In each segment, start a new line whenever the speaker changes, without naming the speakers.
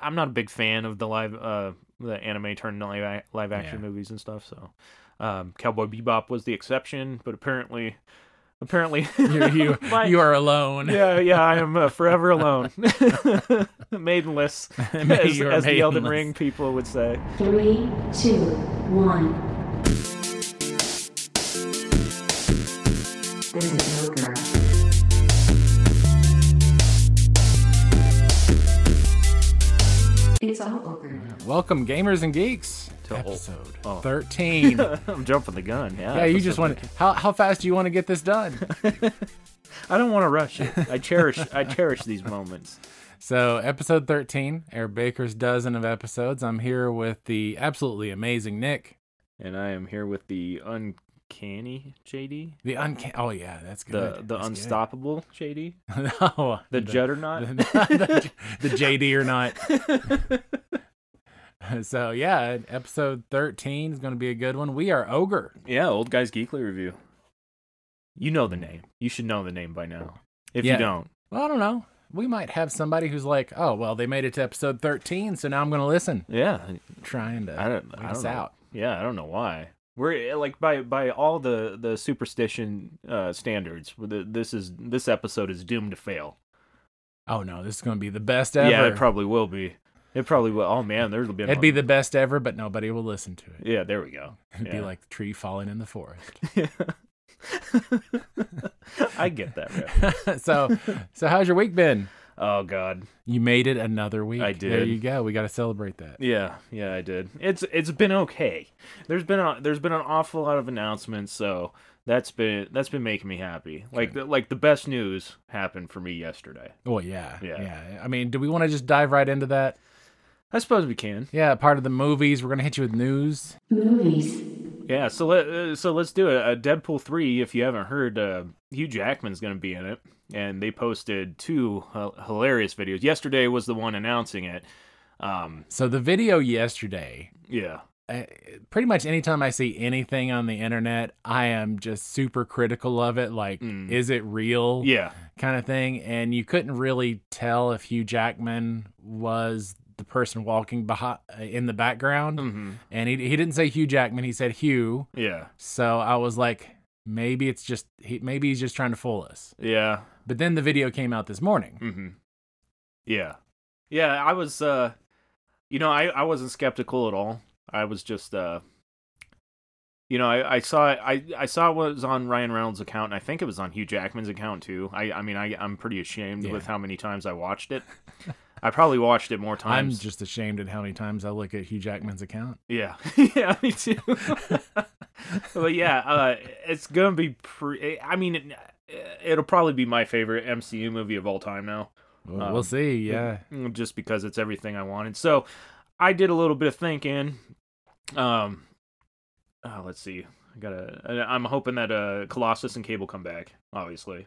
I'm not a big fan of the live uh the anime turned into live, live action
Yeah.
movies and stuff. So, um, Cowboy Bebop was the exception, but apparently, apparently,
you you,
my-
you are alone.
yeah, yeah, I am uh, forever alone, maidenless, as,
You are
as the Elden
maidenless.
Ring people would say.
Three, two, one. This is Joker. It's all over.
Welcome, gamers and geeks,
To
to
old-
episode
oh.
thirteen. yeah,
I'm jumping the gun. Yeah,
you
that's
just
a-
want how how fast do you want to get this done?
I don't want to rush it. I cherish. I cherish these moments.
so, episode thirteen, Eric Baker's dozen of episodes. I'm here with the absolutely amazing Nick,
And I am here with the uncanny JD,
the uncan. Oh yeah, that's good.
the the
That's good.
unstoppable JD,
no,
the,
the,
Juddernaut.
the, the JD or not. so yeah, episode thirteen is going to be a good one. We are ogre.
Yeah, old guys geekly review. You know the name. You should know the name by now. If
Yeah.
you don't,
Well, I don't know. We might have somebody who's like, oh well, they made it to episode thirteen, so now I'm going to listen.
yeah,
Trying to
I don't.
wait
I
us
don't know.
out.
Yeah, I don't know why. We're eh, like by by all the the superstition uh, standards. the- This is this episode is doomed to fail.
Oh no, this is going to be the best ever.
Yeah, it probably will be. It probably will. Oh man, there's been.
It'd be the best ever, but nobody will listen to it.
Yeah, there we go.
It'd be
Yeah.
like the tree falling in the forest.
I get that. Ref.
so, so how's your week been?
Oh god.
You made it another week.
I
There
did.
you go. We got to celebrate that.
Yeah, yeah, I did. It's it's been okay. There's been a, there's been an awful lot of announcements, so that's been that's been making me happy. Like the, like the best news happened for me yesterday.
Well, yeah,
Yeah.
yeah. I mean, do we want to just dive right into that?
I suppose we can.
Yeah, part of the movies. We're gonna hit you with news.
Movies.
Yeah, so let uh, so let's do it. Uh, Deadpool three. If you haven't heard, uh, Hugh Jackman's going to be in it, and they posted two uh, hilarious videos. Yesterday was the one announcing it. Um,
So the video yesterday.
yeah,
I, pretty much anytime I see anything on the internet, I am just super critical of it. Like,
Mm.
is it real?
yeah,
kind of thing. And you couldn't really tell if Hugh Jackman was the person walking behind in the background.
hmm
And he he didn't say Hugh Jackman. He said Hugh.
yeah,
So I was like, maybe it's just he, maybe he's just trying to fool us.
yeah.
But then the video came out this morning.
Mm-hmm. Yeah. Yeah, I was uh you know, I, I wasn't skeptical at all. I was just uh you know, I, I saw it I, I saw it was on Ryan Reynolds' account and I think it was on Hugh Jackman's account too. I I mean I I'm pretty ashamed
Yeah.
with how many times I watched it. I probably watched it more
I'm
times.
just ashamed at how many times I look at Hugh Jackman's account.
Yeah, yeah, me too. but yeah, uh, it's gonna be. Pre- I mean, it, it'll probably be my favorite MCU movie of all time now.
We'll,
Um,
we'll see. Yeah.
Mm, just because it's everything I wanted. So I did a little bit of thinking. Um, uh, let's see. I gotta. I- I'm hoping that uh, Colossus and Cable come back. Obviously,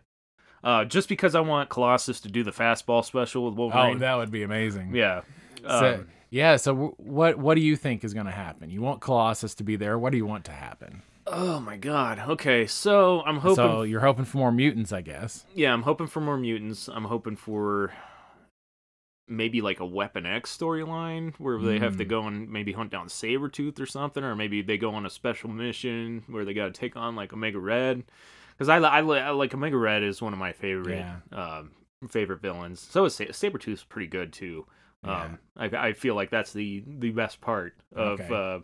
uh, just because I want Colossus to do the fastball special with
Oh,
Wolverine.
that would be amazing.
yeah.
So,
Um,
yeah. So w- what what do you think is going to happen? You want Colossus to be there? What do you want to happen?
oh my God. Okay, so I'm hoping.
So you're hoping for more mutants, I guess.
yeah, I'm hoping for more mutants. I'm hoping for maybe like a Weapon X storyline where they have to
Mm.
go and maybe hunt down Sabretooth or something, or maybe they go on a special mission where they got to take on like Omega Red. Because I, li- I, li- I like Omega Red is one of my favorite um, favorite villains. So is Sa- Sabretooth's pretty good too. Um, I, I feel like that's the the best part of
Okay.
uh,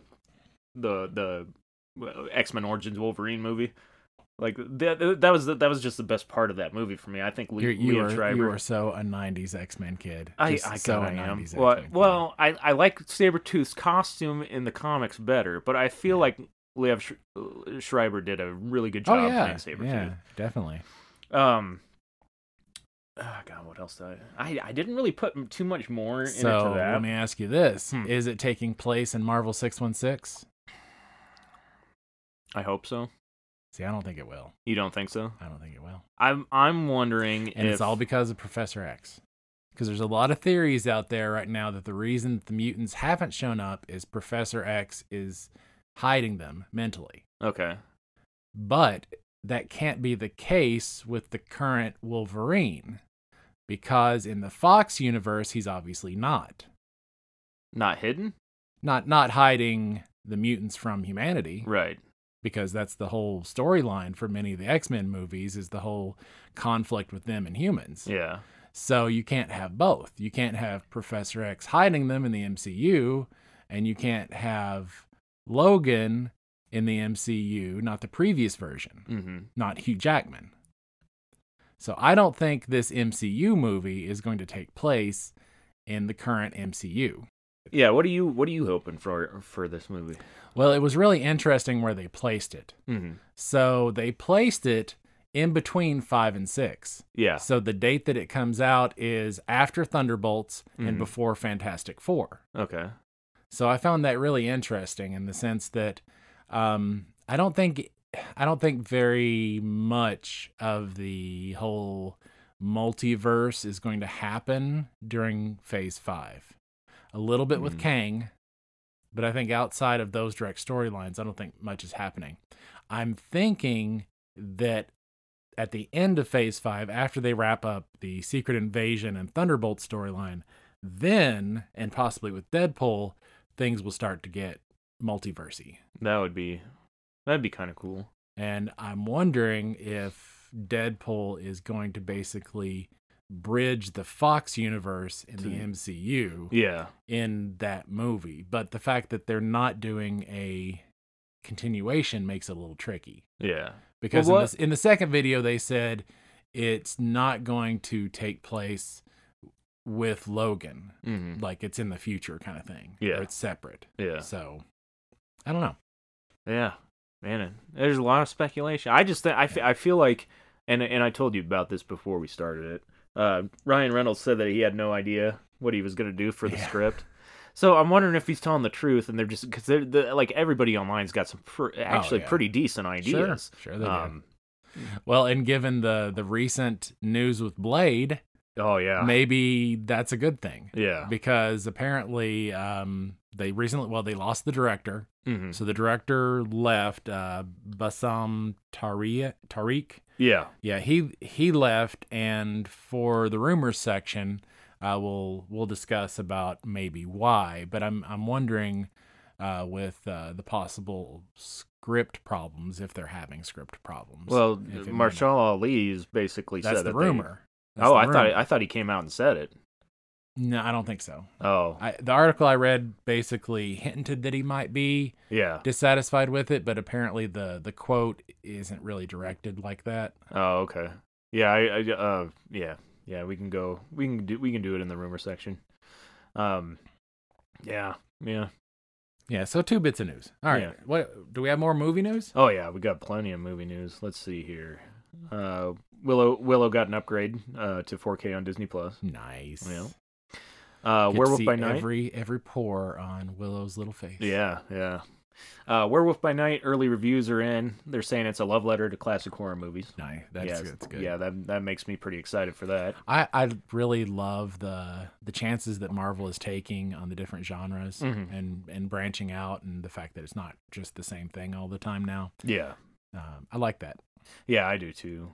the the X Men Origins Wolverine movie. Like that that was the, that was just the best part of that movie for me. I think Le-
You're, you,
Leah
are,
Schreiber.
you are so a '90s X-Men kid.
I,
Just
I
so
kind
a
of am.
90s
Well,
X-Men kid.
well, I, I like Sabretooth's costume in the comics better, but I feel like Lev Sh- uh, Schreiber did a really good job
oh
playing
yeah,
Sabretooth.
yeah, definitely.
Um, ah, God, what else did I, I... I didn't really put m- too much more
So
into that.
let me ask you this:
Hmm.
Is it taking place in Marvel 616?
I hope so.
See, I don't think it will.
You don't think so?
I don't think it will,
I'm I'm wondering
and
if
it's all because of Professor X. Because there's a lot of theories out there right now that the reason the mutants haven't shown up is Professor X is hiding them mentally.
okay.
But that can't be the case with the current Wolverine because in the Fox universe, he's obviously not.
Not hidden?
Not not hiding the mutants from humanity
Right.
because that's the whole storyline for many of the X-Men movies is the whole conflict with them and humans.
Yeah.
So you can't have both. You can't have Professor X hiding them in the MCU, and you can't have Logan in the MCU, not the previous version,
Mm-hmm.
not Hugh Jackman. So I don't think this MCU movie is going to take place in the current MCU.
Yeah. What are you What are you hoping for for this movie?
Well, it was really interesting where they placed it.
Mm-hmm.
So they placed it in between 5 and 6.
Yeah.
So the date that it comes out is after Thunderbolts and
Mhm.
before Fantastic Four.
Okay.
So I found that really interesting in the sense that um, I don't think I don't think very much of the whole multiverse is going to happen during Phase Five. A little bit with
Mhm.
Kang, but I think outside of those direct storylines, I don't think much is happening. I'm thinking that at the end of phase five, after they wrap up the Secret Invasion and Thunderbolt storyline, then, and possibly with Deadpool, things will start to get multiversy.
That would be That'd be kind of cool.
And I'm wondering if Deadpool is going to basically bridge the Fox universe in the
To-
MCU
Yeah.
in that movie. But the fact that they're not doing a continuation makes it a little tricky.
Yeah.
because
Well,
in,
what-
this, in the second video they said it's not going to take place with Logan,
Mm-hmm.
like it's in the future kind of thing. or
Yeah.
it's separate.
Yeah.
So I don't know.
Yeah, man, it- there's a lot of speculation. I just th- I, fe- I feel like, and and I told you about this before we started it. Uh, Ryan Reynolds said that he had no idea what he was gonna do for the
Yeah.
script. So I'm wondering if he's telling the truth, and they're just because they're the, like everybody online's got some pr- actually
yeah.
pretty decent ideas.
Sure, sure they do.
um,
Well, and given the the recent news with Blade,
Oh
Ah.
yeah.
maybe that's a good thing
yeah.
because apparently um, they recently well they lost the director,
hmm
so the director left uh, Bassam Tariq Tariq.
Yeah.
Yeah, he he left, and for the rumors section, uh, we'll we'll discuss about maybe why. But I'm I'm wondering uh, with uh, the possible script problems if they're having script problems.
Well,
If it may
Marshall Ali's basically
not- that's
said
the
that they-
rumor. That's
oh,
the
I thought
rumor.
I thought he came out and said it.
no, I don't think so.
Oh,
I, the article I read basically hinted that he might be
yeah.
dissatisfied with it, but apparently the the quote isn't really directed like that.
Oh, okay. Yeah, I, I uh yeah. Yeah, we can go we can do we can do it in the rumor section. Um yeah. Yeah.
Yeah, so two bits of news. All right,
Yeah.
what do we have more movie news?
Oh yeah, we got plenty of movie news. Let's see here. Uh Willow Willow got an upgrade uh to 4K on Disney Plus.
Nice.
Yeah. Uh
Get to
Werewolf
see
by Night.
Every every pore on Willow's little face.
Yeah, yeah. Uh Werewolf by Night early reviews are in. They're saying it's a love letter to classic horror movies.
nice. That's
yeah,
good. That's good.
Yeah, that that makes me pretty excited for that.
I, I really love the the chances that Marvel is taking on the different genres
Mhm.
and and branching out, and the fact that it's not just the same thing all the time now.
Yeah.
Um, I like that.
Yeah, I do too.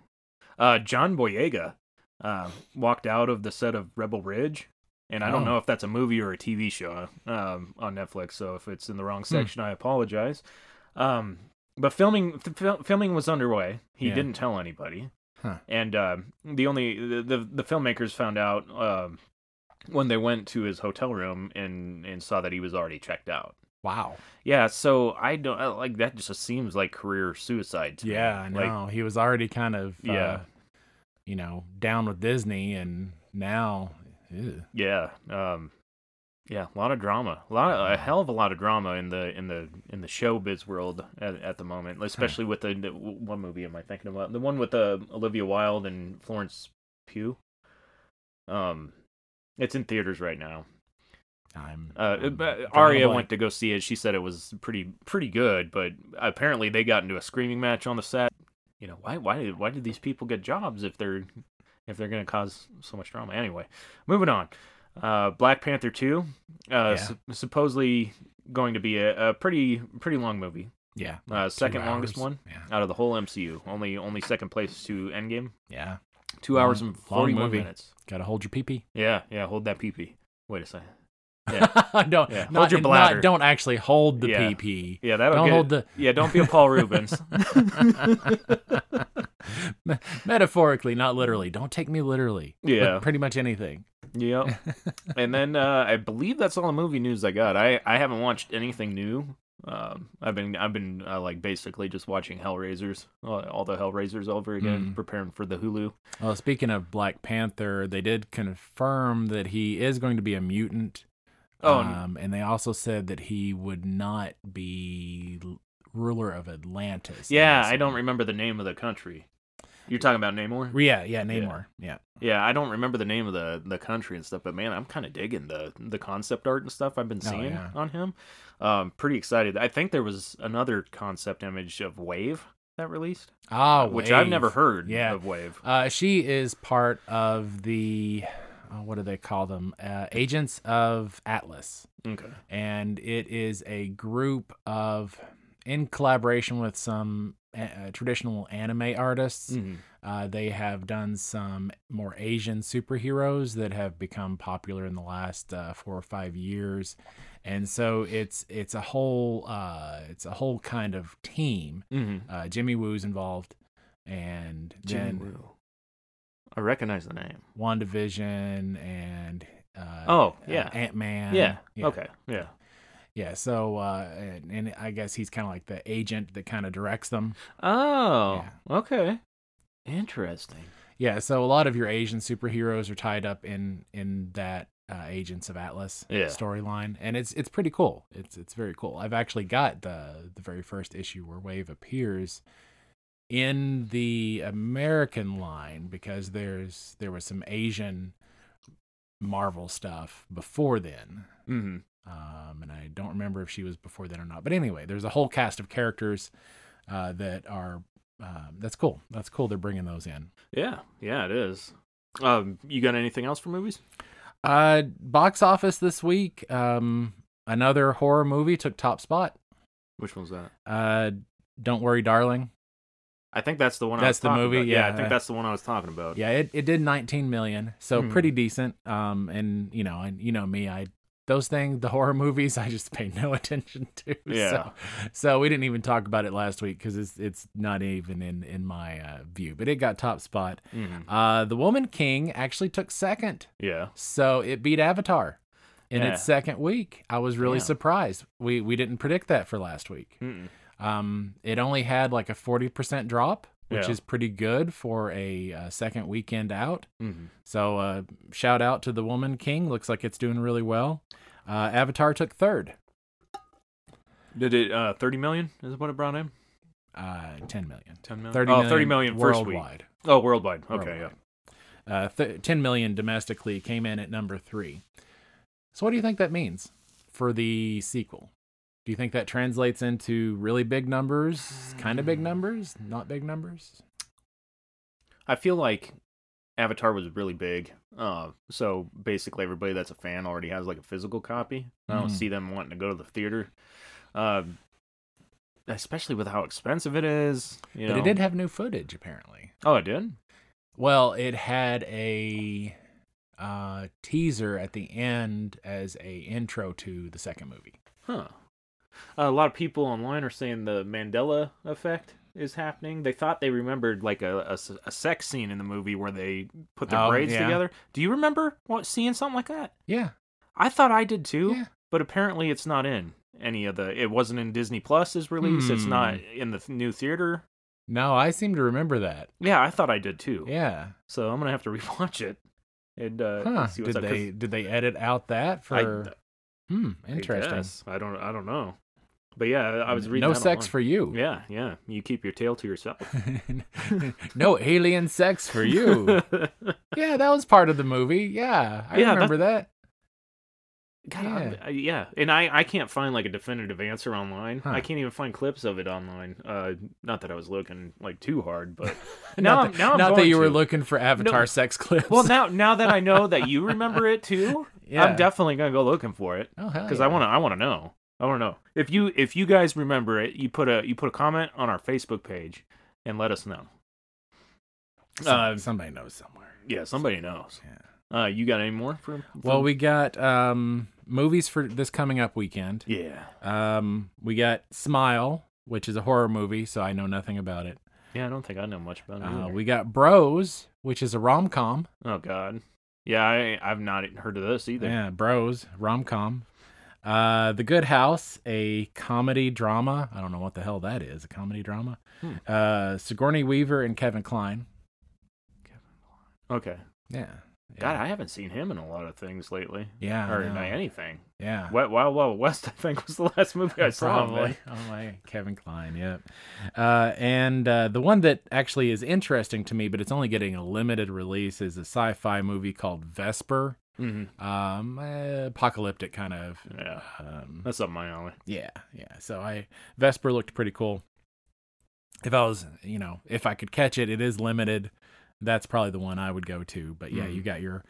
Uh, John Boyega uh, walked out of the set of Rebel Ridge, and I
Oh.
don't know if that's a movie or a TV show um, on Netflix. So if it's in the wrong
Hmm.
section, I apologize. Um, but filming th- fil- filming was underway. He
Yeah.
didn't tell anybody,
Huh.
and um the only the, the the filmmakers found out um when they went to his hotel room and and saw that he was already checked out.
Wow.
Yeah, so I don't I- like that. Just seems like career suicide. To me.
Yeah, I
Like,
know. he was already kind of uh,
Yeah.
you know, down with Disney, and now. ew.
Yeah. Um yeah, a lot of drama. A lot a hell of a lot of drama in the in the in the showbiz world at, at the moment,
Hmm.
especially with the, the one movie am I thinking about? The one with uh, Olivia Wilde and Florence Pugh. Um it's in theaters right now.
I'm.
Uh,
I'm
but
drawing a
Aria
blank.
went to go see it. She said it was pretty pretty good, but apparently they got into a screaming match on the set. You know why why did why did these people get jobs if they're if they're going to cause so much drama? Anyway, moving on. Uh, Black Panther two, uh,
Yeah.
sup- supposedly going to be a, a pretty pretty long movie,
Yeah.
uh,
two
second longest
hours.
one
Yeah.
out of the whole MCU. Only only second place to Endgame.
Yeah.
Two
Long-
hours and
long
forty one
movie.
minutes.
Got to hold your pee pee.
Yeah yeah, hold that pee pee. Wait a second.
don't
Yeah. Hold
not-
your
not-
bladder.
don't actually hold the
Yeah.
PP.
Yeah, that'll
Don't
get-
hold the-
Yeah, don't be a Paul Rubens.
Me- Metaphorically, not literally. Don't take me literally. with
Yeah.
pretty much anything.
yep. And then uh, I believe that's all the movie news I got. I, I haven't watched anything new. Um, I've been I've been uh, like basically just watching Hellraisers, all, all the Hellraisers over again,
Mm.
preparing for the Hulu.
Well, speaking of Black Panther, they did confirm that he is going to be a mutant.
Oh, and-
um, and they also said that he would not be l- ruler of Atlantis.
Yeah,
That's-
I don't remember the name of the country. You're talking about Namor?
Yeah, yeah, Namor. Yeah.
Yeah, I don't remember the name of the the country and stuff, but man, I'm kind of digging the the concept art and stuff I've been
Oh,
seeing
yeah.
on him. Um, pretty excited. I think there was another concept image of Wave that released,
Ah,
which I've
Wave.
never heard
Yeah.
of Wave.
Uh, she is part of the uh, what do they call them? Uh, Agents of Atlas,
Okay.
and it is a group of in collaboration with some uh, uh, traditional anime artists.
hmm
Uh, they have done some more Asian superheroes that have become popular in the last uh, four or five years, and so it's it's a whole uh, it's a whole kind of team.
hmm
Uh, Jimmy Woo's involved, and then
I recognize the name.
WandaVision and uh,
Oh, yeah.
Ant Man.
yeah. Okay. Yeah.
Yeah. So uh, and, and I guess he's kind of like the agent that kind of directs them.
Oh. Okay. Interesting.
Yeah. So a lot of your Asian superheroes are tied up in in that uh, Agents of Atlas
Yeah.
storyline, and it's it's pretty cool. It's it's very cool. I've actually got the the very first issue where Wave appears in the American line because there's there was some Asian Marvel stuff before then.
hmm
um, and I don't remember if she was before then or not. But anyway, there's a whole cast of characters uh, that are. Um, that's cool. That's cool. They're bringing those in.
Yeah. Yeah. It is. Um, you got anything else for movies?
Uh, box office this week. Um, another horror movie took top spot.
Which one's that?
Uh, don't worry, darling.
I think that's the one. I
That's
was
the
talking
movie,
about. Yeah, I
yeah.
think that's the one I was talking about.
Yeah, it, it did 19 million, so
Hmm.
pretty decent. Um, and you know, and you know me, I those things, the horror movies, I just pay no attention to.
Yeah.
So, so we didn't even talk about it last week because it's it's not even in in my uh, view, but it got top spot.
Mhm.
Uh, the Woman King actually took second,
Yeah.
so it beat Avatar in
Yeah.
its second week. I was really
Yeah.
surprised. We we didn't predict that for last week.
Mm-mm.
Um, it only had like a 40% drop, which
Yeah.
is pretty good for a uh, second weekend out.
Mhm.
So, uh, shout out to The Woman King. Looks like it's doing really well. Uh, Avatar took third,
Did it uh, 30 million is what it brought in?
uh, 10 million.
10 million?
30
oh,
million
30 million first week.
worldwide.
Oh, worldwide. Okay, yeah.
Worldwide. Uh, th- 10 million domestically came in at number three. So, what do you think that means for the sequel? Do you think that translates into really big numbers, kind of big
Hmm.
numbers, not big numbers?
I feel like Avatar was really big. Uh, so basically, everybody that's a fan already has like a physical copy. I don't
Mhm.
see them wanting to go to the theater. Uh, especially with how expensive it is. You
but
know?
it did have new footage, apparently.
Oh, it did?
Well, it had a uh, teaser at the end as a intro to the second movie.
Huh. a lot of people online are saying the Mandela effect is happening. They thought they remembered like a, a s- a sex scene in the movie where they put their
Oh,
braids
yeah.
together. Do you remember what, seeing something like that?
Yeah,
I thought I did too,
Yeah.
but apparently it's not in any of the. It wasn't in Disney Plus's release. It's
Hmm.
not in the th- new theater.
no, I seem to remember that.
Yeah, I thought I did too.
Yeah,
So I'm gonna have to rewatch it and uh,
huh?
see what's
Did
up, 'cause
they did they edit out that
I-
for? hmm,
I,
interesting.
guess. I don't. I don't know. But yeah, I was reading.
no
that
sex
online.
for you.
Yeah, yeah. You keep your tail to yourself.
no alien sex for you. yeah, that was part of the movie. Yeah, I
Yeah, that-
remember that.
God,
Yeah.
I'm- I- yeah. And I, I can't find like a definitive answer online.
Huh.
I can't even find clips of it online. Uh, not that I was looking like too hard, but now
not
I'm,
that,
now I'm
not that
going
you were
to.
looking for Avatar sex clips.
Well, now now that I know that you remember it too,
Yeah.
I'm definitely gonna go looking for it
oh, hell
because
yeah.
I wanna I wanna know. I wanna know if you if you guys remember it. You put a you put a comment on our Facebook page and let us know.
Some-
Uh,
somebody knows somewhere.
yeah, somebody knows.
Yeah.
Uh, you got any more for? for-
Well, we got um movies for this coming up weekend.
Yeah.
Um, we got Smile, which is a horror movie, so I know nothing about it.
Yeah, I don't think I know much about it.
Uh,
either.
we got Bros, which is a rom com.
oh God. Yeah, I I've not heard of this either.
Yeah, Bros rom com. Uh, the Good House, a comedy drama. I don't know what the hell that is. A comedy drama.
Hmm.
Uh, Sigourney Weaver and Kevin Klein.
Okay.
Yeah. Yeah.
God, I haven't seen him in a lot of things lately,
yeah. I
or
know.
not anything.
Yeah.
Wet Wild Wild West, I think, was the last movie I saw. him in.
Probably. Oh my, Kevin Klein. Yep. Uh, and uh, the one that actually is interesting to me, but it's only getting a limited release, is a sci-fi movie called Vesper.
Mhm.
Um, uh, apocalyptic kind of.
Yeah,
Um,
that's up my alley.
yeah, yeah. So I Vesper looked pretty cool. If I was, you know, if I could catch it, it is limited. That's probably the one I would go to. But yeah,
Mhm.
you got your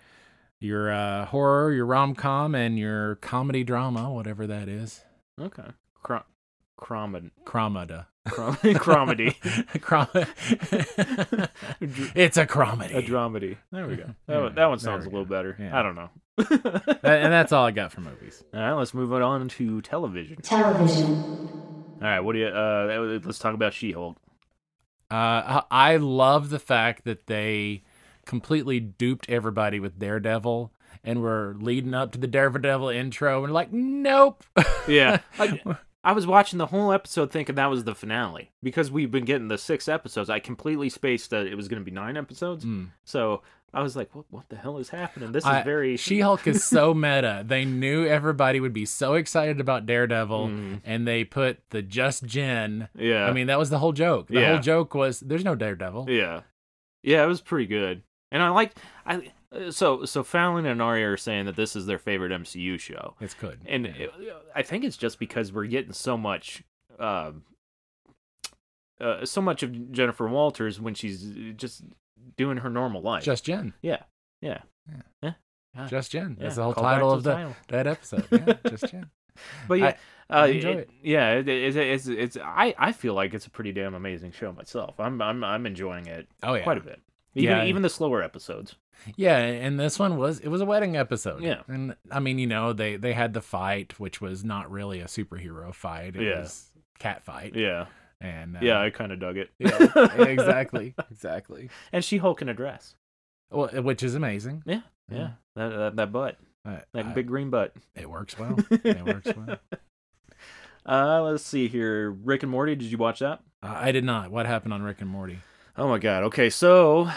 your uh, horror, your rom com, and your comedy drama, whatever that is.
Okay. Crom- Cromedy.
Cromada.
Crom- Cromedy.
Crom- it's a cromedy.
A dramedy. There we go. That, one,
Yeah,
that one
there
sounds a
we
little
go.
better.
Yeah.
I don't know.
That- and that's all I got for movies.
All right, let's move it on to television.
television,
All right, what do you? Uh, that was- let's talk about She-Hulk.
Uh, I I love the fact that they completely duped everybody with Daredevil, and we're leading up to the Daredevil intro, and like, nope.
Yeah, I, I was watching the whole episode thinking that was the finale because we've been getting the six episodes. I completely spaced that it was going to be nine episodes,
Mm.
so I was like, "What? What the hell is happening? This is
I-
very
She-Hulk is so meta. They knew everybody would be so excited about Daredevil,
Mm.
and they put the Just Jen.
Yeah,
I mean, that was the whole joke. The
Yeah.
whole joke was there's no Daredevil.
Yeah, yeah, it was pretty good, and I liked. I uh, so so Fallon and Arya are saying that this is their favorite MCU show,
It's good.
and
Yeah.
it- I think it's just because we're getting so much. Um, uh, so much of Jennifer Walters when she's uh, just doing her normal life.
Just Jen.
yeah, yeah, Yeah.
Just Jen. That's
yeah,
the whole
call back
title
to
of the,
title.
that episode. Yeah, just Jen.
But yeah,
I- I
uh,
enjoy it.
Yeah, it, it, it's it's I I feel like it's a pretty damn amazing show myself. I'm I'm I'm enjoying it
Oh yeah.
quite a bit. Even
Yeah.
even the slower episodes.
Yeah, and this one was it was a wedding episode.
Yeah.
and I mean, you know, they they had the fight, which was not really a superhero fight. It
Yeah.
was cat fight.
Yeah.
and uh,
Yeah, I kind of dug it.
yeah, exactly, exactly.
And She Hulk in a dress.
Well, which is amazing.
Yeah, yeah. That, that that butt,
Uh,
that
I-
big green butt.
it works well. It works well.
Uh, let's see here. Rick and Morty. Did you watch that?
I I did not. What happened on Rick and Morty?
Oh my God. Okay, so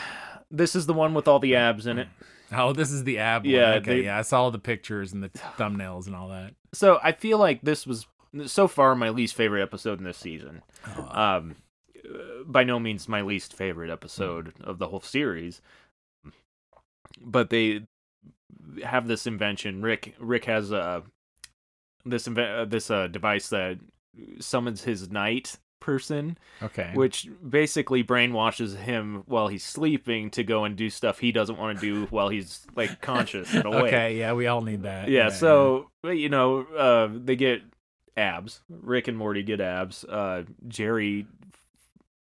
this is the one with all the abs in it.
Oh, this is the ab. one.
Yeah,
okay,
they-
yeah. I saw the pictures and the thumbnails and all that.
So I feel like this was so far my least favorite episode in this season.
Oh,
um uh, by no means my least favorite episode of the whole series but they have this invention rick rick has uh this inve- uh, this uh device that summons his night person
okay.
which basically brainwashes him while he's sleeping to go and do stuff he doesn't want to do while he's like conscious and awake
Okay, yeah, we all need that.
Uh, yeah, so but, you know, uh, they get abs. Rick and Morty get abs. Uh, Jerry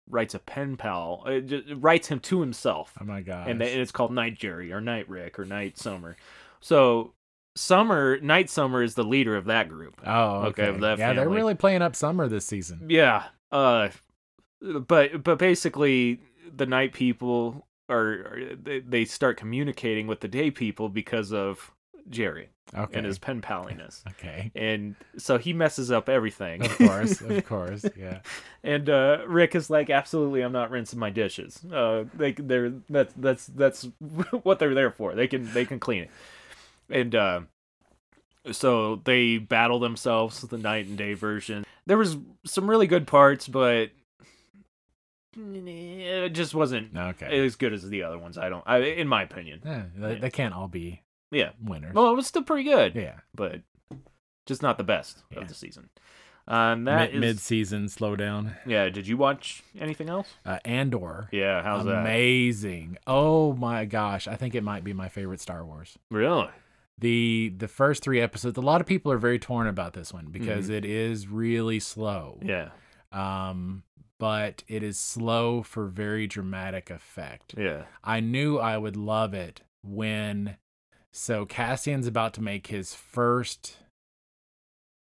writes a pen pal, uh, just, writes him to himself,
Oh my god.
and, they, and it's called Night Jerry or Night Rick or Night Summer. So Summer, Night Summer is the leader of that group.
oh,
Okay,
okay.
of that
yeah, they're
family.
really playing up summer this season.
Yeah. Uh, but but basically, the night people are, are they, they start communicating with the day people because of Jerry
Okay.
and his pen paliness.
okay.
and so he messes up everything.
Of course, of course, yeah.
and uh, Rick is like, "Absolutely, I'm not rinsing my dishes. Uh, they they're that's that's that's what they're there for. They can they can clean it." And uh, so they battle themselves the night and day version. There was some really good parts, but eh, it just wasn't
Okay.
as good as the other ones. I don't, I, in my opinion.
Yeah, they, they can't all be
Yeah.
winners.
Well, it was still pretty good,
yeah.
but just not the best
Yeah.
of the season. Um, that is-
mid-season slowdown.
Yeah, did you watch anything else?
Uh, Andor.
Yeah, how's that?
Amazing. Oh my gosh, I think it might be my favorite Star Wars.
Really?
The the first 3 episodes, a lot of people are very torn about this one because it is really slow.
Mm-hmm. Yeah,
Um but it is slow for very dramatic effect.
yeah,
I knew I would love it when So Cassian's about to make his first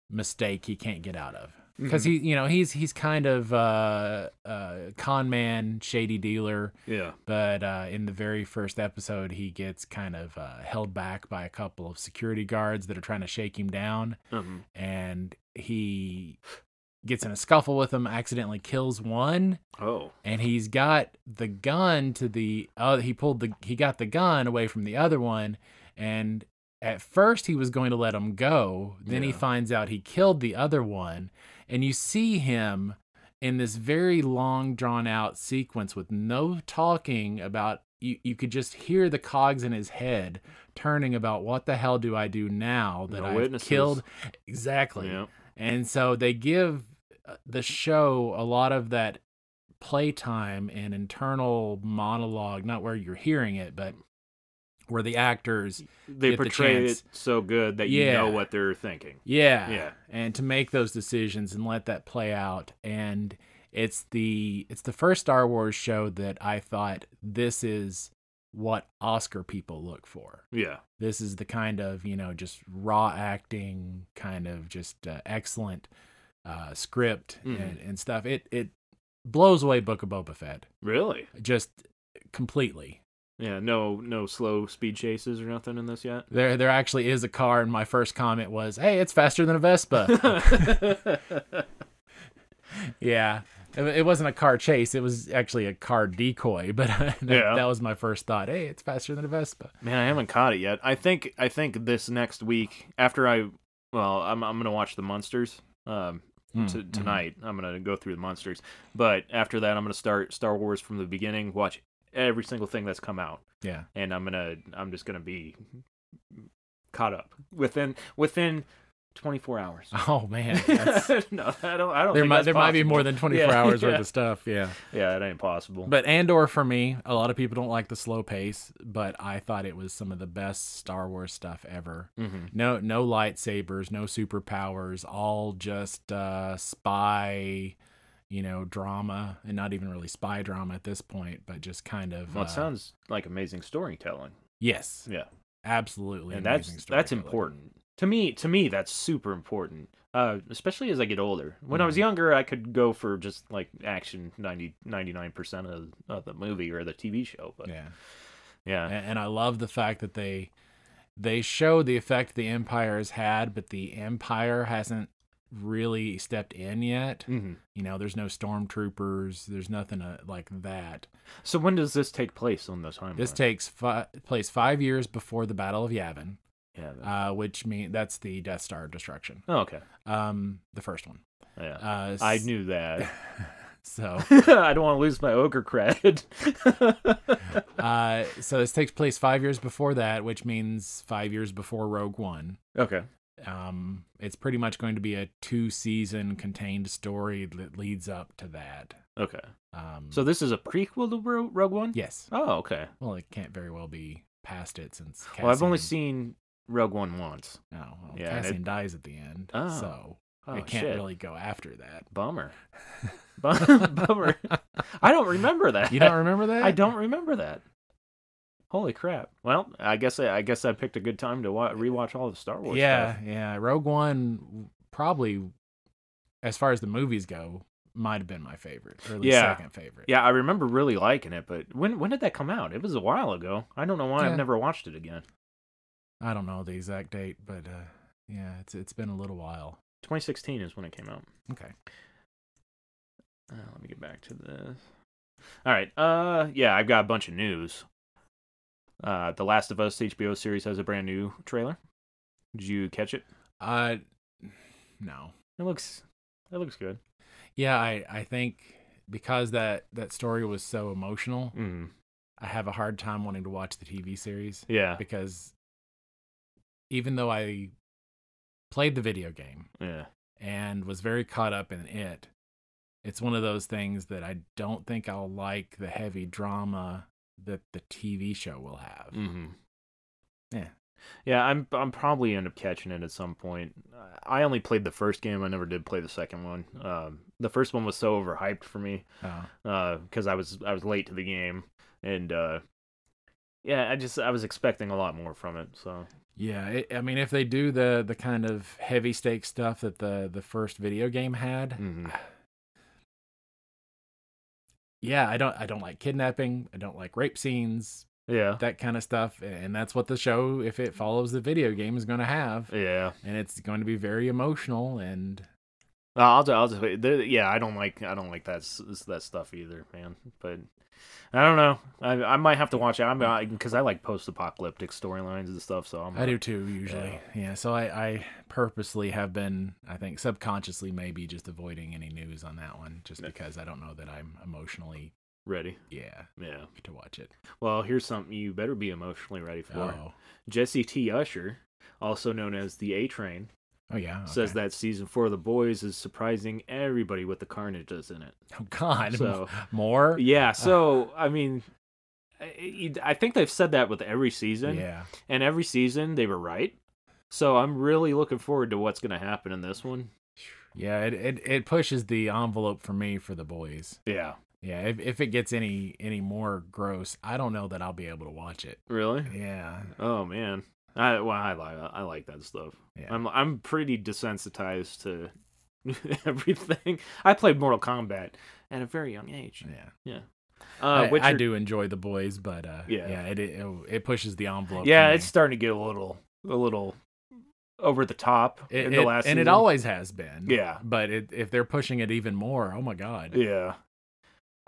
mistake he can't get out of because he, you know, he's he's kind of uh, uh, con man, shady dealer.
Yeah.
But uh, in the very first episode, he gets kind of uh, held back by a couple of security guards that are trying to shake him down,
Mhm.
and he gets in a scuffle with them, accidentally kills one,
Oh.
and he's got the gun to the uh, he pulled the he got the gun away from the other one and at first he was going to let him go then he
Yeah.
finds out he killed the other one and you see him in this very long drawn out sequence with no talking about you, you could just hear the cogs in his head turning about what the hell do I do now that
No
I've
witnesses.
killed exactly
Yeah.
and so they give uh, the show a lot of that playtime and internal monologue, not where you're hearing it, but where the actors,
They
Get the
portray
chance.
it so good that you
Yeah.
know what they're thinking.
yeah,
Yeah.
and to make those decisions and let that play out. And it's the it's the first Star Wars show that I thought this is what Oscar people look for.
Yeah.
this is the kind of you know just raw acting kind of just uh, excellent uh, script
Mhm.
and, and stuff it it blows away book of boba fett
Really?
just completely
Yeah. No. No slow speed chases or nothing in this yet.
there there actually is a car and my first comment was hey it's faster than a vespa yeah it, it wasn't a car chase it was actually a car decoy but that,
Yeah.
that was my first thought hey it's faster than a vespa
Man, I haven't caught it yet. I think I think this next week after I well, I'm I'm gonna watch the monsters. Um,
Mm,
t-
mhm.
tonight I'm gonna go through the monsters, but after that I'm gonna start Star Wars from the beginning. Watch every single thing that's come out,
yeah
and I'm gonna I'm just gonna be caught up within within 24 hours.
oh man that's,
no, I don't. I don't.
there
think
might
that's
there might be
possible.
more than 24
Yeah,
hours
yeah.
worth of stuff yeah
Yeah, that ain't possible.
But Andor for me, a lot of people don't like the slow pace, but I thought it was some of the best Star Wars stuff ever.
Mhm.
No, no lightsabers, no superpowers, all just uh, spy, you know, drama, and not even really spy drama at this point, but just kind of.
well,
uh,
it sounds like amazing storytelling.
yes,
Yeah.
absolutely,
and
amazing
that's that's
storytelling.
important to me to me that's super important uh, especially as i get older when
Mm-hmm.
i was younger i could go for just like action 90 99% of, of the movie or the tv show but yeah,
Yeah, and, and I love the fact that they they show the effect the Empire has had, but the Empire hasn't really stepped in yet.
Mhm.
You know, there's no stormtroopers. There's nothing uh, like that.
so when does this take place on the timeline
This takes fi- place five years before the Battle of Yavin,
yeah that-
uh, which means that's the Death Star destruction,
oh, okay
um, the first one.
yeah
Uh, s-
i knew that
so.
i don't want to lose my ogre cred
Uh, so this takes place five years before that, which means five years before Rogue One.
okay
Um, it's pretty much going to be a two-season contained story that leads up to that.
okay
Um,
so this is a prequel to Ro- rogue one
yes,
oh okay
well, it can't very well be past it since.
well i've only
Cassian-
seen rogue one once
No, well,
Yeah, and
Cassian dies at the end,
Oh.
so
oh
it can't
shit.
really go after that.
Bummer. Bum- Bummer. I don't remember that.
You don't remember that?
I don't remember that. Holy crap! Well, I guess I, I guess I picked a good time to wa- rewatch all the Star Wars.
yeah,
stuff.
yeah. Rogue One w- probably, as far as the movies go, might have been my favorite, or at least
Yeah.
second favorite.
yeah. I remember really liking it, but when when did that come out? It was a while ago. I don't know why
Yeah.
I've never watched it again.
I don't know the exact date, but uh, yeah, it's it's been a little while.
2016 is when it came out.
Okay.
Uh, let me get back to this. All right. Uh, yeah, I've got a bunch of news. Uh, The Last of Us HBO series has a brand new trailer. Did you catch it?
Uh, no.
It looks it looks good.
Yeah, I I think because that that story was so emotional,
Mm.
I have a hard time wanting to watch the TV series.
Yeah.
because even though I played the video game
Yeah.
and was very caught up in it, it's one of those things that I don't think I'll like the heavy drama that the TV show will have.
Mm-hmm.
Yeah.
Yeah, I'm I'm probably end up catching it at some point. I only played the first game. I never did play the second one. Um, the first one was so overhyped for me
Uh,
because I was I was late to the game and uh, yeah, I just I was expecting a lot more from it. So
Yeah, it, I mean, if they do the the kind of heavy stakes stuff that the the first video game had,
mhm.
yeah, I don't I don't like kidnapping, I don't like rape scenes,
yeah,
that kind of stuff, and that's what the show, if it follows the video game, is going to have,
yeah.
and it's going to be very emotional and
Uh, I'll ju- I'll just wait. There- yeah, I don't like I don't like that s- s- that stuff either, man. But I don't know. I I might have to watch it. I'm because I like post apocalyptic storylines and stuff. So I'm
I do too usually. Yeah, so I, I purposely have been, I think, subconsciously maybe just avoiding any news on that one, just because I don't know that I'm emotionally
ready.
yeah
Yeah.
to watch it.
Well, here's something you better be emotionally ready for.
Oh,
Jesse T. Usher, also known as the A Train,
oh yeah,
says
okay.
that season four of The Boys is surprising everybody with the carnage that's in it.
Oh God,
So-
more.
Yeah. So I mean, I, I think they've said that with every season.
Yeah.
and every season they were right. So I'm really looking forward to what's going to happen in this one.
Yeah, it, it it pushes the envelope for me for the boys.
Yeah,
Yeah, if if it gets any any more gross, I don't know that I'll be able to watch it.
really?
Yeah.
Oh man, I well I like I like that stuff.
Yeah.
I'm I'm pretty desensitized to everything. I played Mortal Kombat at a very young age.
yeah.
Uh,
I,
which
I
are-
do enjoy the boys, but uh
Yeah.
yeah, it, it it pushes the envelope. for
Yeah,
me.
it's starting to get a little a little over the top
it,
in the
it-
last
and it
season.
always has been.
Yeah.
But it, if they're pushing it even more, oh my god.
yeah.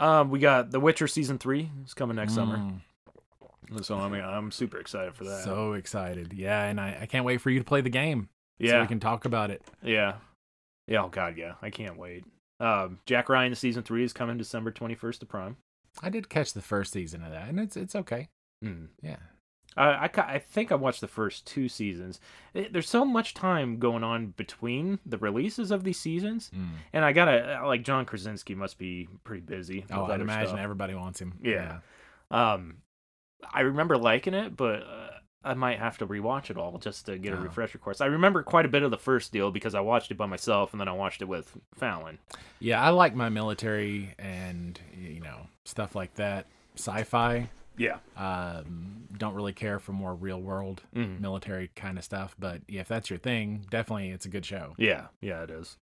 Um, we got The Witcher season three is coming next summer,
Mm,
so I mean I'm super excited for that.
So excited. Yeah, and I, I can't wait for you to play the game.
yeah,
So we can talk about it.
Yeah. Yeah. Oh God. Yeah. I can't wait. Um, Jack Ryan season three is coming December twenty first to Prime.
I did catch the first season of that and it's it's okay.
Mm.
Yeah.
I, I ca- I think I watched the first two seasons. Eh, There's so much time going on between the releases of these seasons,
Mm.
and I gotta like John Krasinski must be pretty busy.
Oh,
with
I'd
other
imagine
stuff.
everybody wants him.
Yeah. Um, I remember liking it, but uh, I might have to rewatch it all just to get a
Oh.
refresher course. I remember quite a bit of the first deal because I watched it by myself, and then I watched it with Fallon.
Yeah, I like my military and you know stuff like that. Sci-fi.
Yeah.
Um, don't really care for more real world
Mhm.
military kind of stuff, but yeah, if that's your thing, definitely it's a good show.
Yeah, yeah, it is.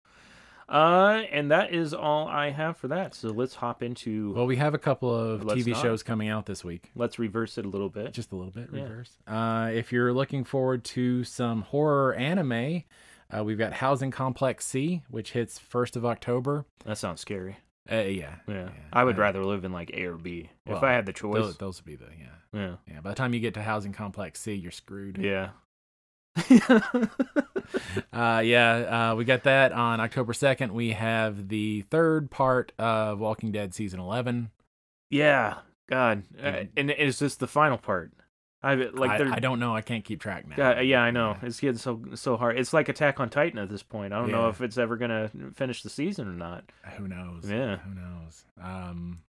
Uh, and that is all I have for that. So let's hop into
Well, we have a couple of
Let's
TV
not.
shows coming out this week.
let's reverse it a little bit.
Just a little bit
Yeah.
reverse. Uh, if you're looking forward to some horror anime, uh, we've got Housing Complex C, which hits first of October.
that sounds scary.
Uh, yeah,
Yeah, I would
Uh,
rather live in like A or B if
well,
I had the choice.
Those, those would be the yeah.
yeah,
Yeah, by the time you get to Housing Complex C, you're screwed.
yeah.
Uh, yeah, uh, we got that on October 2nd. We have the third part of Walking Dead season 11.
yeah, God, uh,
Mhm.
and is this the final part? I like they're.
I, I don't know. I can't keep track now.
God, yeah, I know. It's getting so so hard. It's like Attack on Titan at this point. I don't know
Yeah.
if it's ever gonna finish the season or not.
Yeah. Who knows?
Yeah.
Who knows? Um,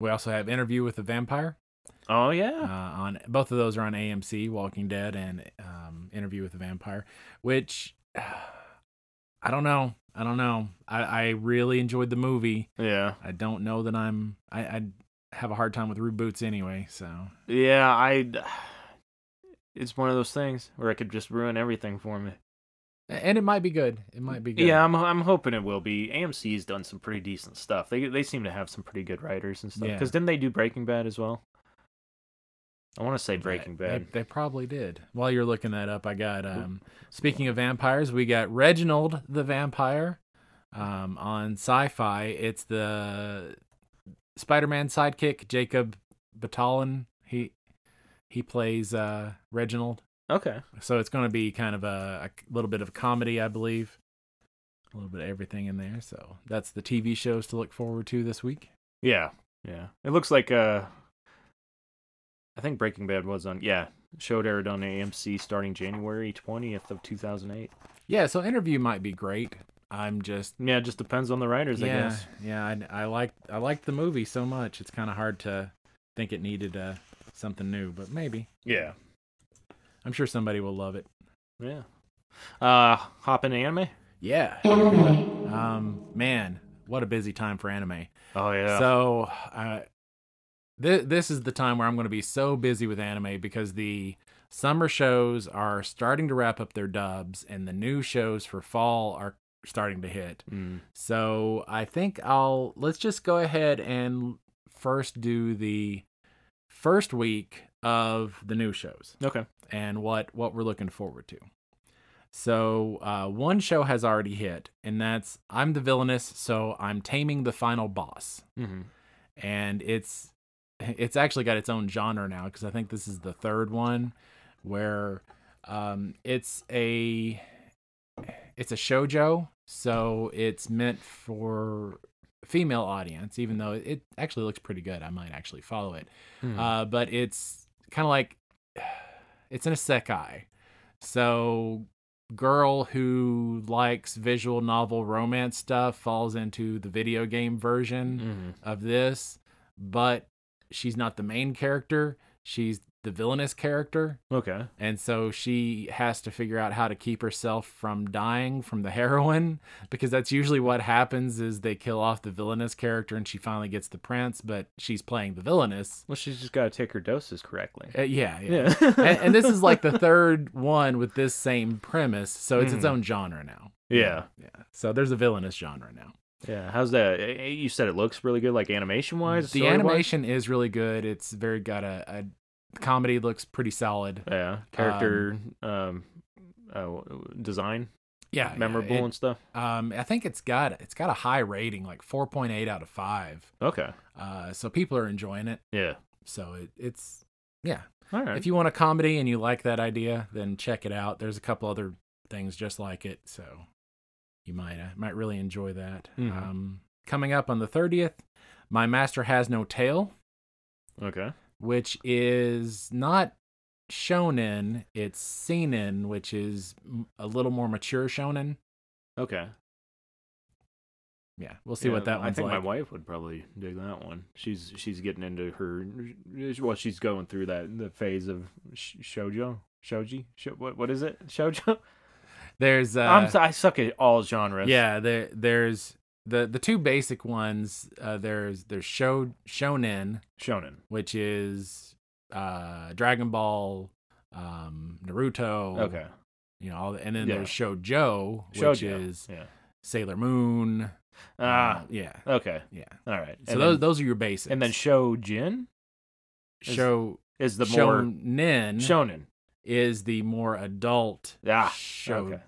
we also have Interview with the Vampire.
Oh
Uh,
yeah,
on Both of those are on AMC, Walking Dead and um, Interview with the Vampire, which I don't know. I don't know. I, I really enjoyed the movie.
yeah.
I don't know that I'm. I, I have a hard time with reboots anyway, so.
Yeah, I. It's one of those things where it could just ruin everything for me.
And it might be good. It might be good.
Yeah, I'm I'm hoping it will be. AMC's done some pretty decent stuff. They they seem to have some pretty good writers and stuff.
Yeah.
Because didn't they do Breaking Bad as well? I want to say Breaking
They-
Bad.
They, probably did. While you're looking that up, I got um speaking of vampires, we got Reginald the Vampire um on sci-fi. It's the Spider-Man sidekick, Jacob Batalon. He he plays uh Reginald.
Okay.
So it's going to be kind of a, a little bit of comedy, I believe. A little bit of everything in there. So that's the TV shows to look forward to this week.
Yeah. Yeah. It looks like uh. I think Breaking Bad was on. Yeah, showed aired on AMC starting January twentieth of two thousand eight.
Yeah, so interview might be great. I'm just
Yeah, it just depends on the writers, I
yeah,
guess.
Yeah, I, I like I liked the movie so much. It's kind of hard to think it needed uh, something new, but maybe
Yeah.
I'm sure somebody will love it.
Yeah. Uh, hop into anime.
Yeah.
anime,
Um, man, what a busy time for anime.
Oh yeah.
So, uh, Th- this is the time where I'm going to be so busy with anime because the summer shows are starting to wrap up their dubs and the new shows for fall are starting to hit.
Mm.
So I think I'll let's just go ahead and first do the first week of the new shows
Okay.
and what what we're looking forward to. So uh, one show has already hit, and that's I'm the villainous, so I'm taming the final boss,
Mm-hmm.
and it's it's actually got its own genre now because I think this is the third one where um, it's a it's a shojo, so it's meant for female audience, even though it actually looks pretty good. I might actually follow it
Hmm.
uh, but it's kind of like it's an isekai. So, girl who likes visual novel romance stuff falls into the video game
Hmm.
version
Mm-hmm.
of this, but she's not the main character. She's the villainous character,
Okay.
and so she has to figure out how to keep herself from dying from the heroin because that's usually what happens is they kill off the villainous character and she finally gets the prince, but she's playing the villainous
Well, she's just got to take her doses correctly.
uh, yeah, yeah.
Yeah.
and, and this is like the third one with this same premise, so it's its
Mhm.
own genre now.
Yeah.
yeah. So there's a villainous genre now.
Yeah. How's that? Eh, eh, You said it looks really good, like animation wise.
the animation is really good. It's very got a, a comedy looks pretty solid.
Yeah. Character. Um. uh, design
Yeah, yeah,
memorable
it-
and stuff.
um, I think it's got it's got a high rating, like 4.8 out of five.
Okay.
Uh, so people are enjoying it.
Yeah.
So it, it's yeah.
All right.
If you want a comedy and you like that idea, then check it out. There's a couple other things just like it, so you might uh, might really enjoy that.
Mhm.
Um, coming up on the thirtieth, my master has no tail,
okay.
which is not shonen; it's seinen, which is m- a little more mature shonen.
Okay.
Yeah, we'll see
Yeah,
what that
I
one's
think
like.
my wife would probably dig that one. She's she's getting into her well, she's going through that the phase of sh- shojo, shoji, Sho what what is it? Shojo.
There's uh,
I'm so- I suck at all genres.
yeah, there there's the the two basic ones. Uh, there's there's sho- shonen,
shonen.
which is uh Dragon Ball, um Naruto.
Okay,
You know, all the, and then
Yeah.
there's Shoujo, which
shojo
is
yeah.
Sailor Moon.
Ah,
uh, yeah,
okay,
yeah.
all right.
So
and
those
then,
those are your basics.
and then shojin is
show
is the more
shonen
shonen.
is the more adult.
Ah,
show.
okay.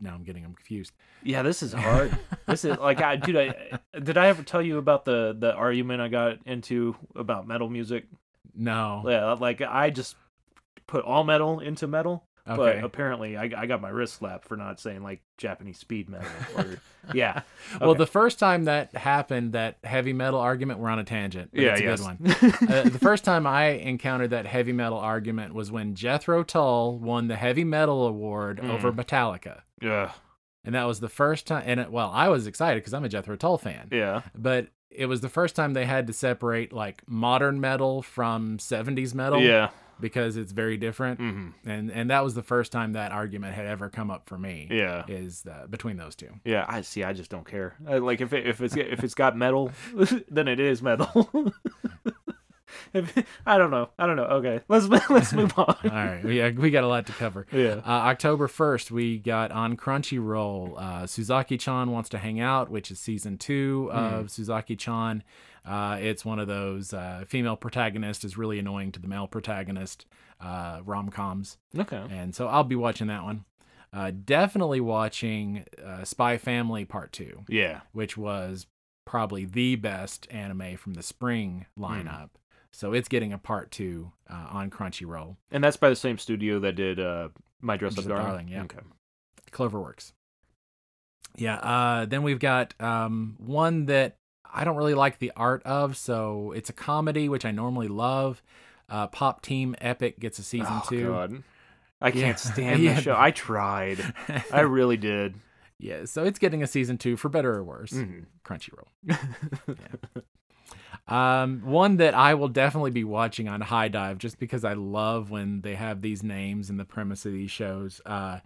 Now I'm getting them confused.
Yeah, this is hard. this is like I dude. I, did I ever tell you about the the argument I got into about metal music?
No.
Yeah, like I just put all metal into metal,
Okay.
but apparently I, I got my wrist slapped for not saying like Japanese speed metal. Or, yeah,
Well,
okay.
the first time that happened, that heavy metal argument, we're on a tangent. but
yeah,
it's a
yes.
good one. uh, the first time I encountered that heavy metal argument was when Jethro Tull won the heavy metal award
Mm.
over Metallica.
yeah,
And that was the first time, and it, well, I was excited because I'm a Jethro Tull fan.
yeah,
But it was the first time they had to separate like modern metal from 70s metal
yeah.
because it's very different.
Mm-hmm.
And and that was the first time that argument had ever come up for me.
Yeah,
Is uh, between those two.
yeah. I see. I just don't care. I, like if it, if it's if it's got metal, then it is metal. if, I don't know. I don't know. Okay, let's let's move
All
on.
right. Yeah, we got a lot to cover.
Yeah.
Uh, October 1st, we got on Crunchyroll, uh, Suzaki chan wants to hang out, which is season two
Mm.
of Suzaki chan. Uh, it's one of those uh, female protagonist is really annoying to the male protagonist uh, rom coms.
Okay.
And so I'll be watching that one. Uh, definitely watching uh, Spy Family Part 2,
Yeah.
which was probably the best anime from the spring
Hmm.
lineup. So it's getting a part two uh, on Crunchyroll.
And that's by the same studio that did uh, My Dress Up
Just a
Darling.
Darling, yeah.
Okay.
Cloverworks. Yeah. Uh, then we've got um, one that I don't really like the art of, so it's a comedy, which I normally love. Uh, Pop Team Epic gets a season
Oh,
two.
God. I
Yeah.
can't stand
Yeah.
the show. I tried. I really did.
yeah, so it's getting a season two for better or worse. Crunchyroll. Um, one that I will definitely be watching on High Dive just because I love when they have these names and the premise of these shows. Uh,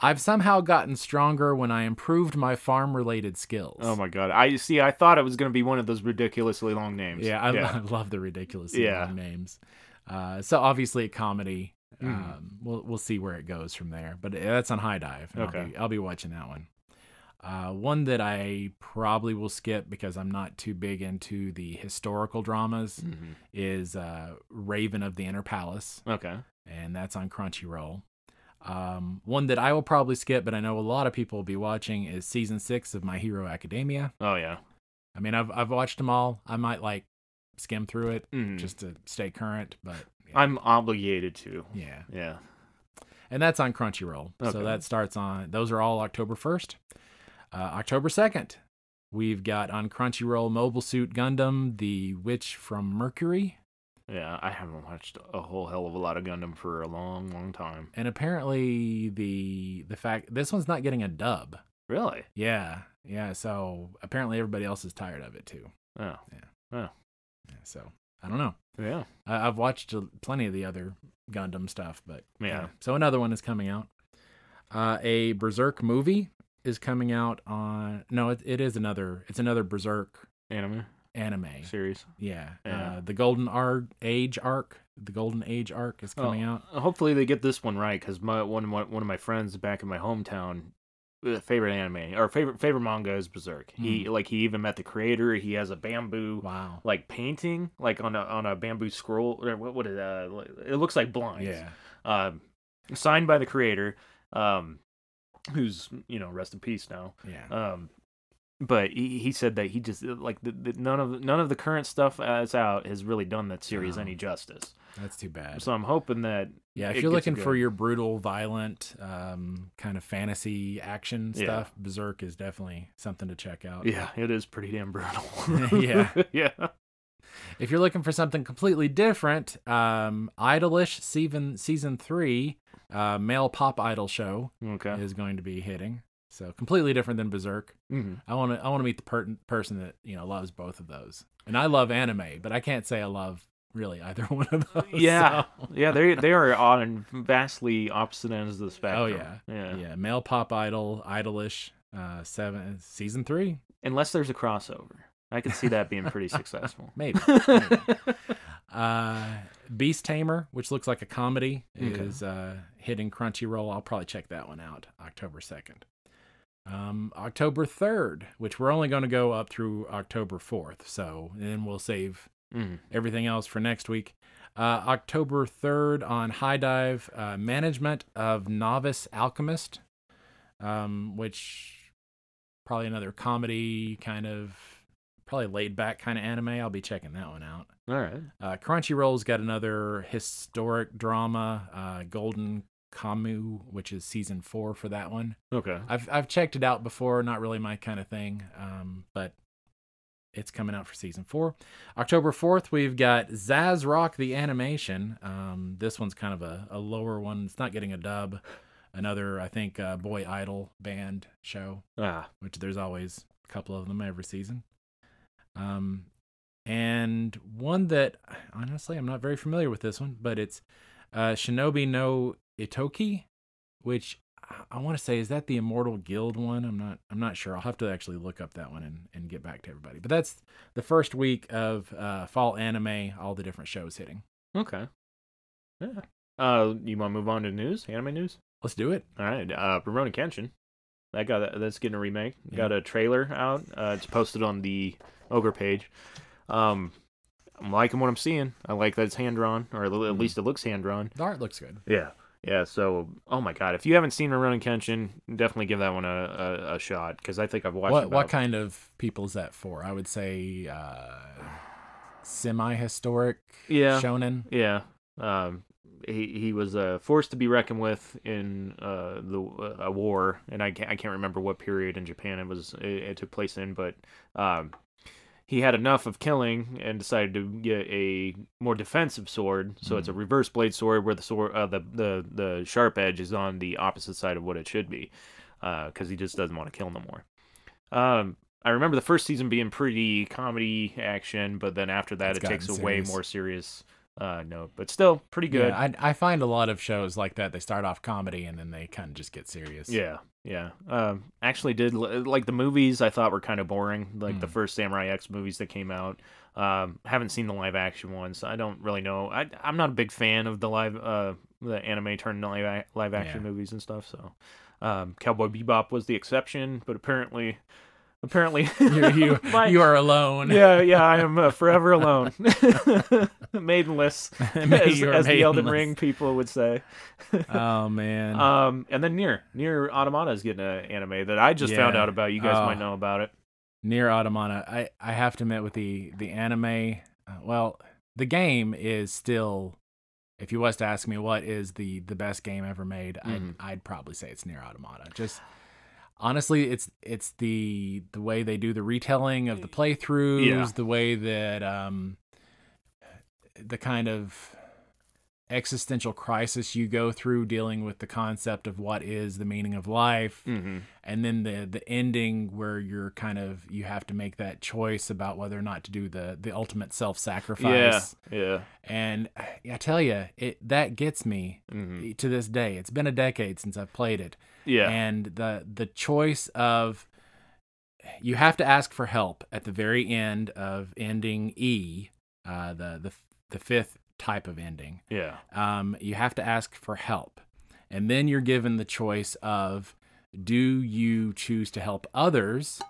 I've somehow gotten stronger when I improved my farm related skills.
Oh my god! I see. I thought it was gonna be one of those ridiculously long names.
Yeah, I,
yeah.
I love the ridiculous
Yeah.
long names. Uh, so obviously a comedy.
Mhm.
Um, we'll we'll see where it goes from there. But uh, that's on High Dive. and I'll
Okay.
be, I'll be watching that one. Uh, one that I probably will skip because I'm not too big into the historical dramas
Mhm.
is uh, Raven of the Inner Palace,
Okay.
and that's on Crunchyroll. Um, one that I will probably skip, but I know a lot of people will be watching is season six of My Hero Academia.
Oh yeah.
I mean, I've I've watched them all. I might like skim through it
Mhm.
just to stay current, but yeah.
I'm obligated to.
yeah.
Yeah.
And that's on Crunchyroll. So
Okay.
that starts on those are all October 1st. Uh, October 2nd, we've got on Crunchyroll Mobile Suit Gundam, The Witch from Mercury,
Yeah. I haven't watched a whole hell of a lot of Gundam for a long, long time.
and apparently the the fact this one's not getting a dub.
Really?
Yeah. Yeah, so apparently everybody else is tired of it too.
Oh.
Yeah, So, I don't know.
Yeah.
I, I've watched uh, plenty of the other Gundam stuff, but
Yeah.
So another one is coming out. Uh, a Berserk movie is coming out on. No, it, it is another. It's another Berserk
Anime
anime.
series.
Yeah. Uh,
Yeah.
the Golden Ar- Age arc. The Golden Age arc is coming
Oh,
out.
Hopefully they get this one right because my one, one one of my friends back in my hometown, uh, favorite anime or favorite favorite manga is Berserk.
Hmm.
He like he even met the creator. He has a bamboo
Wow.
like painting like on a on a bamboo scroll or what what it uh li- it looks like blinds.
Yeah.
Um, signed by the creator, um, who's you know rest in peace now.
Yeah.
Um, but he, he said that he just uh, like the, the, none of none of the current stuff that's out has really done that series
No.
any justice.
That's too bad.
So I'm hoping that
Yeah, if
it
you're
gets a
looking for
good-
your brutal, violent, um, kind of fantasy action
Yeah.
stuff, Berserk is definitely something to check out.
Yeah, it is pretty damn brutal.
Yeah.
yeah.
If you're looking for something completely different, um, Idolish season season three, uh, male pop idol show
Okay.
is going to be hitting. So completely different than Berserk.
Mhm.
I want to I want to meet the per- person that you know loves both of those. And I love anime, but I can't say I love really either one of those.
Yeah.
so-
Yeah, they they are on vastly opposite ends of the
Oh
spectrum.
yeah.
Yeah.
Yeah. Male pop idol, Idolish, uh, seven season three.
Unless there's a crossover. I could see that being pretty successful.
Maybe. Uh, Beast Tamer, which looks like a comedy,
Okay.
is uh, hitting Crunchyroll. I'll probably check that one out October 2nd. Um, October 3rd, which we're only going to go up through October 4th. So then we'll save
Mhm.
everything else for next week. Uh, October 3rd on High Dive, uh, Management of Novice Alchemist, um, which probably another comedy kind of, probably laid back kind of anime. I'll be checking that one out.
All right.
Uh, Crunchyroll's got another historic drama, uh, Golden Kamu, which is season four for that one.
Okay.
I've I've checked it out before, not really my kind of thing, um, but it's coming out for season four. October fourth, we've got Zazrock the animation. Um, this one's kind of a, a lower one. It's not getting a dub. Another, I think, uh, boy idol band show
Ah.
which there's always a couple of them every season. Um, and one that honestly I'm not very familiar with this one, but it's uh, Shinobi no Itoki, which I- I want to say is that the Immortal Guild one. I'm not I'm not sure. I'll have to actually look up that one and, and get back to everybody. But that's the first week of uh, fall anime, all the different shows hitting.
Okay. Yeah. Uh, you want to move on to news? Anime news?
Let's do it.
All right. Uh, Rurouni Kenshin. That got that's getting a remake. Got a trailer out. Uh, it's posted on the ogre page. Um, I'm liking what I'm seeing. I like that it's hand drawn, or at le- at least it looks hand drawn.
The art looks good.
Mm-hmm. Yeah. Yeah. So, oh my god, if you haven't seen Rurouni Kenshin, definitely give that one a a, a shot because I think I've watched.
What what
about-
kind of people is that for? I would say uh, semi historic
Yeah.
shonen.
Yeah. Um, he he was uh, forced to be reckoned with in uh, the uh, a war, and I can't I can't remember what period in Japan it was it, it took place in, but um, he had enough of killing and decided to get a more defensive sword. So
Mm-hmm.
it's a reverse blade sword where the sword uh, the the the sharp edge is on the opposite side of what it should be, because he just doesn't want to kill no more. Um, I remember the first season being pretty comedy action, but then after that
It's
it takes
gotten
away
serious.
more serious uh, note, but still pretty good.
Yeah, I, I find a lot of shows like that. They start off comedy and then they kind of just get serious.
Yeah, yeah. Um, actually, did li- like the movies I thought were kind of boring, like the
Hmm.
first Samurai X movies that came out. Um, haven't seen the live action ones. I don't really know. I I'm not a big fan of the live uh the anime turned live ac- live action
Yeah.
movies and stuff. So, um, Cowboy Bebop was the exception, but apparently, apparently
you you,
my-
you are alone.
yeah, yeah, I am uh, forever alone, maidenless,
Maybe
as,
you are
as the Elden
maidenless.
Ring people would say.
Oh man.
Um, and then near near Automata is getting an anime that I just found
Yeah.
out about. You guys
Oh.
might know about it.
near automata i i have to admit with the the anime uh, well the game is still if you was to ask me what is the the best game ever made
Mhm.
i'd i'd probably say it's near automata just honestly it's it's the the way they do the retelling of the playthroughs
Yeah.
the way that um the kind of existential crisis you go through dealing with the concept of what is the meaning of life
Mm-hmm.
and then the the ending where you're kind of you have to make that choice about whether or not to do the the ultimate self
Yeah,
sacrifice.
yeah.
And I tell you, it that gets me
hmm
to this day. It's been a decade since I've played it,
Yeah.
and the the choice of you have to ask for help at the very end of ending E, uh, the the the fifth type of ending
yeah.
um, you have to ask for help. And then you're given the choice of do you choose to help others?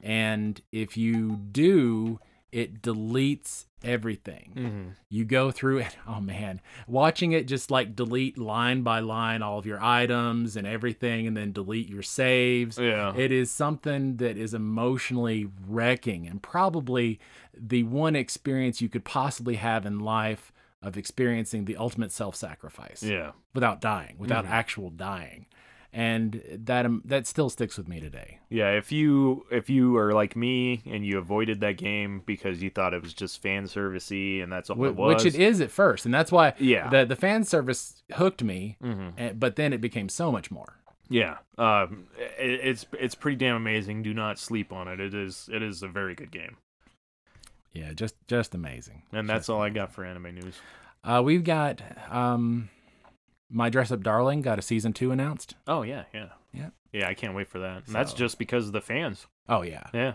And if you do, it deletes everything.
Mhm.
You go through it. Oh man, watching it just like delete line by line all of your items and everything, and then delete your saves.
Yeah.
It is something that is emotionally wrecking and probably the one experience you could possibly have in life of experiencing the ultimate self sacrifice
yeah.
without dying, without
Mhm.
actual dying. And that um, that still sticks with me today.
Yeah. If you if you are like me and you avoided that game because you thought it was just fan servicey and that's all
Wh-
it was,
Which it is at first, and that's why
Yeah.
the the fan service hooked me,
Mhm.
eh, but then it became so much more.
Yeah. Um. It, it's it's pretty damn amazing. Do not sleep on it. It is it is a very good game.
Yeah, just just amazing.
And that's all I got for anime news.
Uh, we've got um, my dress up darling got a season two announced.
Oh yeah, yeah,
Yeah.
yeah. I can't wait for that. And that's
So-
just because of the fans.
Oh yeah,
Yeah,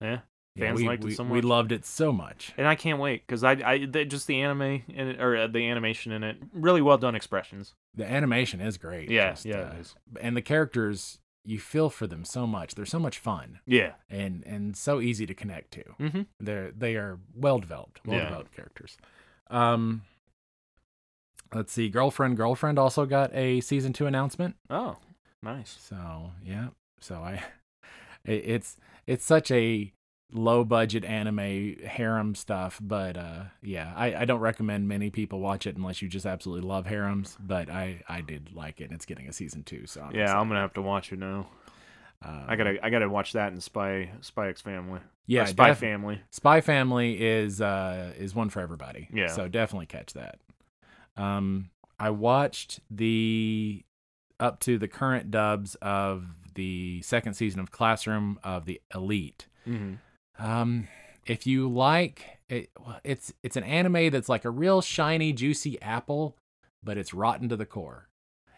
yeah.
Yeah,
Fans
we,
liked it
we-
so
We
much.
loved it so much.
And I can't wait because I, I the, just the anime in it, or uh, the animation in it, really well done expressions.
The animation is great.
Yeah,
Just,
yeah,
uh,
it is.
and the characters, you feel for them so much. They're so much fun
Yeah.
and and so easy to connect to.
Mm-hmm.
They're they are well developed,
Yeah.
well developed characters. Um, let's see. Girlfriend, girlfriend also got a season two announcement.
Oh, nice.
So yeah, so I, it, it's it's such a low budget anime harem stuff, but uh, yeah, I, I don't recommend many people watch it unless you just absolutely love harems. But I I did like it, and it's getting a season two. So I'm
Yeah, I'm gonna have to watch it now.
um,
I gotta I gotta watch that and Spy Spy X Family.
yeah
Or Spy
def-
Family.
Spy Family is uh is one for everybody.
Yeah.
So definitely catch that. Um I watched the up to the current dubs of the second season of Classroom of the Elite.
Mm-hmm.
Um if you like it, well, it's it's an anime that's like a real shiny juicy apple, but it's rotten to the core.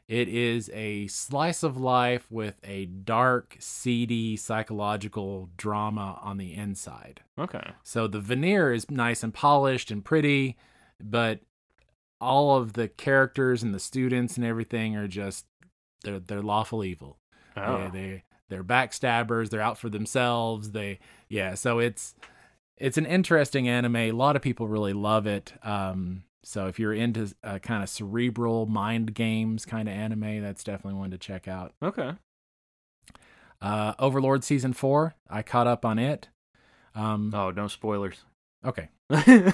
It is a slice of life with a dark, seedy psychological drama on the inside.
Okay.
So the veneer is nice and polished and pretty, but all of the characters and the students and everything are just they're they're lawful evil.
Oh.
They, they they're backstabbers, they're out for themselves. They yeah, so it's it's an interesting anime. A lot of people really love it. Um so if you're into uh, kind of cerebral mind games kind of anime, that's definitely one to check out.
Okay.
Uh Overlord season 4, I caught up on it. Um
Oh, no spoilers.
okay.
I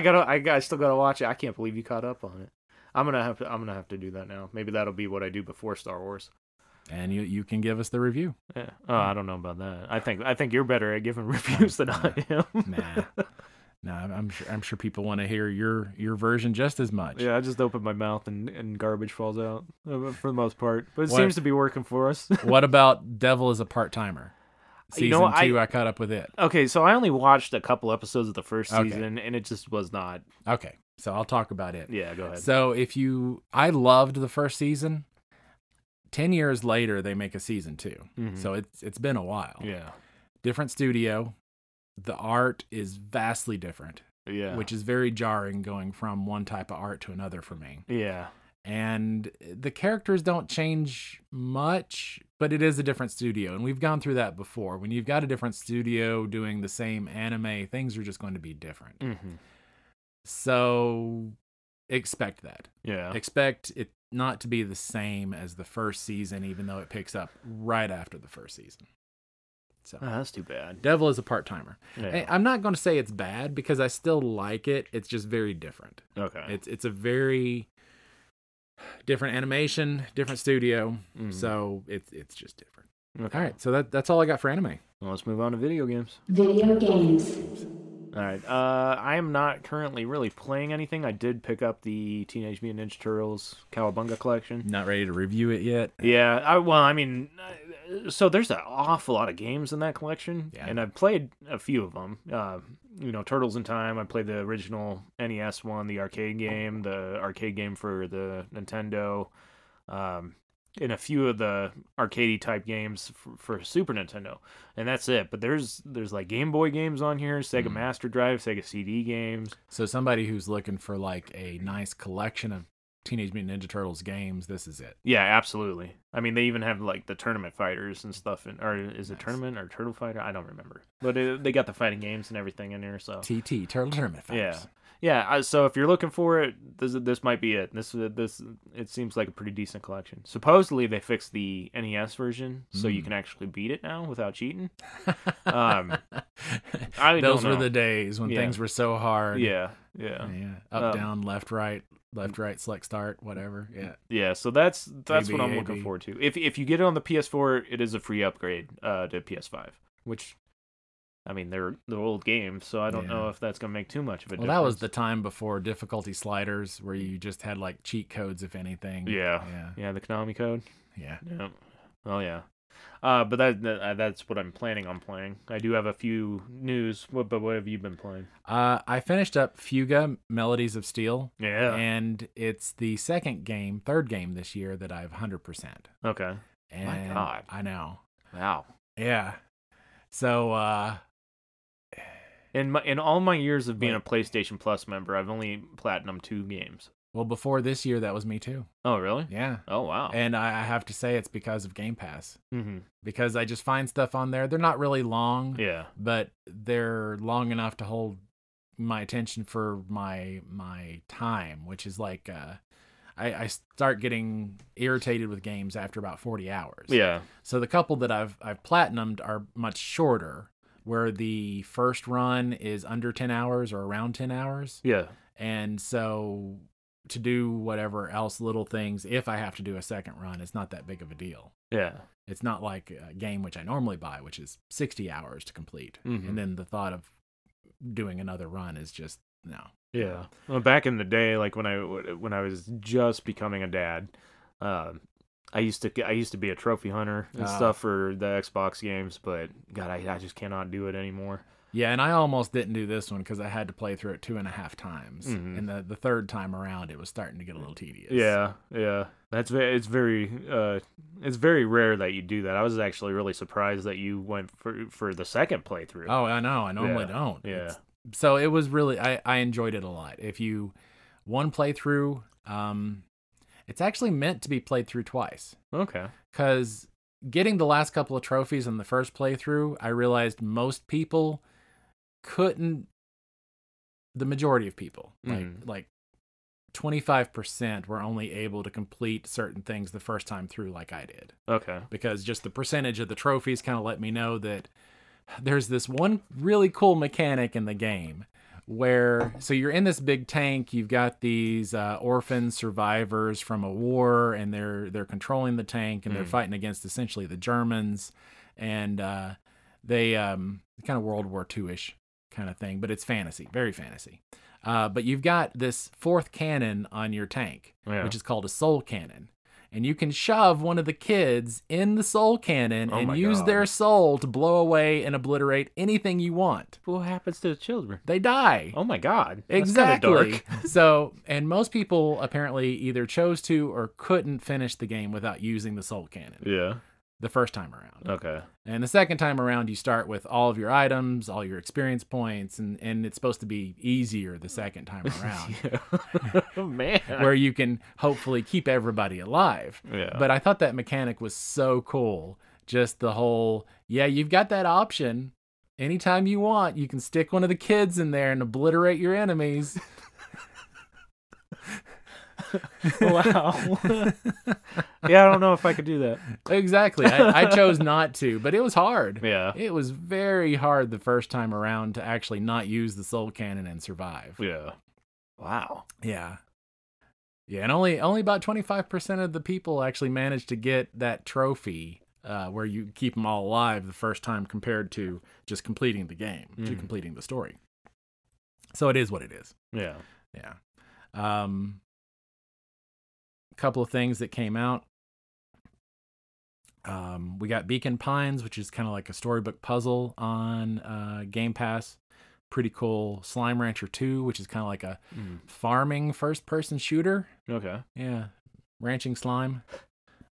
gotta, I got, I still gotta watch it. I can't believe you caught up on it. I'm gonna have to, I'm gonna have to do that now. Maybe that'll be what I do before Star Wars.
And you you can give us the review.
Yeah. Oh, I don't know about that. I think, I think you're better at giving reviews than I am.
nah, nah. I'm- I'm sure. I'm sure people want to hear your your version just as much.
yeah, I just open my mouth and, and garbage falls out uh, for the most part. But it
What-
seems to be working for us.
what about Devil is a part timer?
You
Season
know,
two, I, caught up with it.
Okay, so I only watched a couple episodes of the first
Okay.
season, and it just was not.
Okay, so I'll talk about it.
Yeah, go ahead.
So if you, I loved the first season. Ten years later, they make a season 2
Mhm.
so it's it's been a while.
yeah,
different studio. The art is vastly different,
yeah,
which is very jarring going from one type of art to another for me.
yeah,
And the characters don't change much, but it is a different studio. And we've gone through that before. When you've got a different studio doing the same anime, things are just going to be different.
hmm
So expect that.
yeah,
Expect it not to be the same as the first season, even though it picks up right after the first season. So,
Oh, that's too bad.
Devil is a part timer.
Yeah.
Hey, I'm not going to say it's bad because I still like it. It's just very different.
okay.
It's it's a very different animation, different studio.
Mhm.
So it's it's just different.
okay.
All right, so that that's all I got for anime.
Well, let's move on to video games.
Video games.
All right. Uh, I am not currently really playing anything. I did pick up the Teenage Mutant Ninja Turtles Cowabunga collection.
Not ready to review it yet.
Yeah. I, well, I mean, uh, so there's an awful lot of games in that collection,
Yeah.
and I've played a few of them. Uh, you know, Turtles in Time. I played the original NES one, the arcade game, the arcade game for the Nintendo, um, and a few of the arcadey type games for, for Super Nintendo, and that's it. But there's there's like Game Boy games on here, Sega
Mm.
Master Drive, Sega CD games.
So somebody who's looking for like a nice collection of Teenage Mutant Ninja Turtles games, this is it.
Yeah, absolutely. I mean, they even have like the tournament fighters and stuff, and or is it
Nice.
tournament or turtle fighter? I don't remember, but it, they got the fighting games and everything in there. So
TT Turtle Tournament.
yeah,
Fighters.
yeah. I- So if you're looking for it, this this might be it. This this it seems like a pretty decent collection. Supposedly they fixed the NES version, so you
Mm.
can actually beat it now without cheating. Um, I don't
Those were
know.
the days when
Yeah.
things were so hard.
Yeah, yeah,
Yeah. Up,
Um,
down, left, right, left, right, select, start, whatever. Yeah.
yeah. So that's that's what I'm
ABAB.
looking forward to. If if you get it on the PS4, it is a free upgrade uh, to PS5, which I mean they're they're old games, so I don't
Yeah.
know if that's gonna make too much of a
Well,
difference.
that was the time before difficulty sliders, where you just had like cheat codes, if anything.
Yeah.
Yeah.
yeah the Konami code.
Yeah.
Yeah. Oh yeah. Uh, but that, that uh, that's what I'm planning on playing. I do have a few news. What but what have you been playing?
Uh, I finished up Fuga Melodies of Steel,
Yeah.
and it's the second game, third game this year that I've hundred percent.
okay.
And
God.
I know.
Wow.
Yeah. So uh,
In my in all my years of being
Like-
a PlayStation Plus member, I've only platinum two games.
well, before this year, that was me too.
Oh really?
Yeah.
Oh wow.
And I, I have to say, it's because of Game Pass.
hmm
Because I just find stuff on there. They're not really long.
Yeah.
but they're long enough to hold my attention for my my time, which is like uh, I, I start getting irritated with games after about forty hours.
Yeah.
So the couple that I've I've platinumed are much shorter, where the first run is under ten hours or around ten hours,
Yeah.
and so to do whatever else little things if I have to do a second run, it's not that big of a deal.
Yeah.
It's not like a game which I normally buy, which is 60 hours to complete.
Mhm.
And then the thought of doing another run is just no.
Yeah. Well, back in the day, like when I when I was just becoming a dad, um, I used to I used to be a trophy hunter and
Ah.
stuff for the Xbox games, but God, I, I just cannot do it anymore.
Yeah, and I almost didn't do this one because I had to play through it two and a half times.
Mhm.
And the, the third time around, it was starting to get a little tedious.
Yeah, yeah. That's ve- it's very uh, it's very rare that you do that. I was actually really surprised that you went for for the second playthrough.
Oh, I know. I normally
Yeah,
don't.
yeah.
It's- so it was really, I, I enjoyed it a lot. If you, one playthrough, um, it's actually meant to be played through twice.
Okay.
because getting the last couple of trophies in the first playthrough, I realized most people couldn't. The majority of people,
Mhm.
like like twenty five percent, were only able to complete certain things the first time through, like I did,
Okay.
because just the percentage of the trophies kind of let me know that there's this one really cool mechanic in the game where so you're in this big tank you've got these uh, orphan survivors from a war and they're they're controlling the tank and they're
Mm.
fighting against essentially the germans and uh, they um, kind of world war ii-ish kind of thing but it's fantasy very fantasy uh, but you've got this fourth cannon on your tank
Yeah.
which is called a soul cannon and you can shove one of the kids in the soul cannon
Oh my
and use
God.
their soul to blow away and obliterate anything you want.
What happens to the children?
They die.
Oh my God. That's kinda
Exactly.
dark.
so, and most people apparently either chose to or couldn't finish the game without using the soul cannon
Yeah.
the first time around.
Okay.
And the second time around, you start with all of your items, all your experience points, and, and it's supposed to be easier the second time around,
Yeah. Man.
where you can hopefully keep everybody alive.
yeah.
But I thought that mechanic was so cool. Just the whole, yeah, you've got that option. Anytime you want, you can stick one of the kids in there and obliterate your enemies.
wow. yeah, I don't know if I could do that.
exactly. I, I chose not to, but it was hard.
Yeah.
It was very hard the first time around to actually not use the soul cannon and survive.
Yeah. Wow.
Yeah. Yeah, and only only about 25% of the people actually managed to get that trophy uh, where you keep them all alive the first time compared to just completing the game, to
Mm.
completing the story. So it is what it is.
Yeah.
Yeah. Um couple of things that came out. Um we got Beacon Pines, which is kind of like a storybook puzzle on uh Game Pass. Pretty cool. Slime Rancher 2, which is kind of like a
Mm.
farming first person shooter.
Okay.
Yeah. Ranching Slime.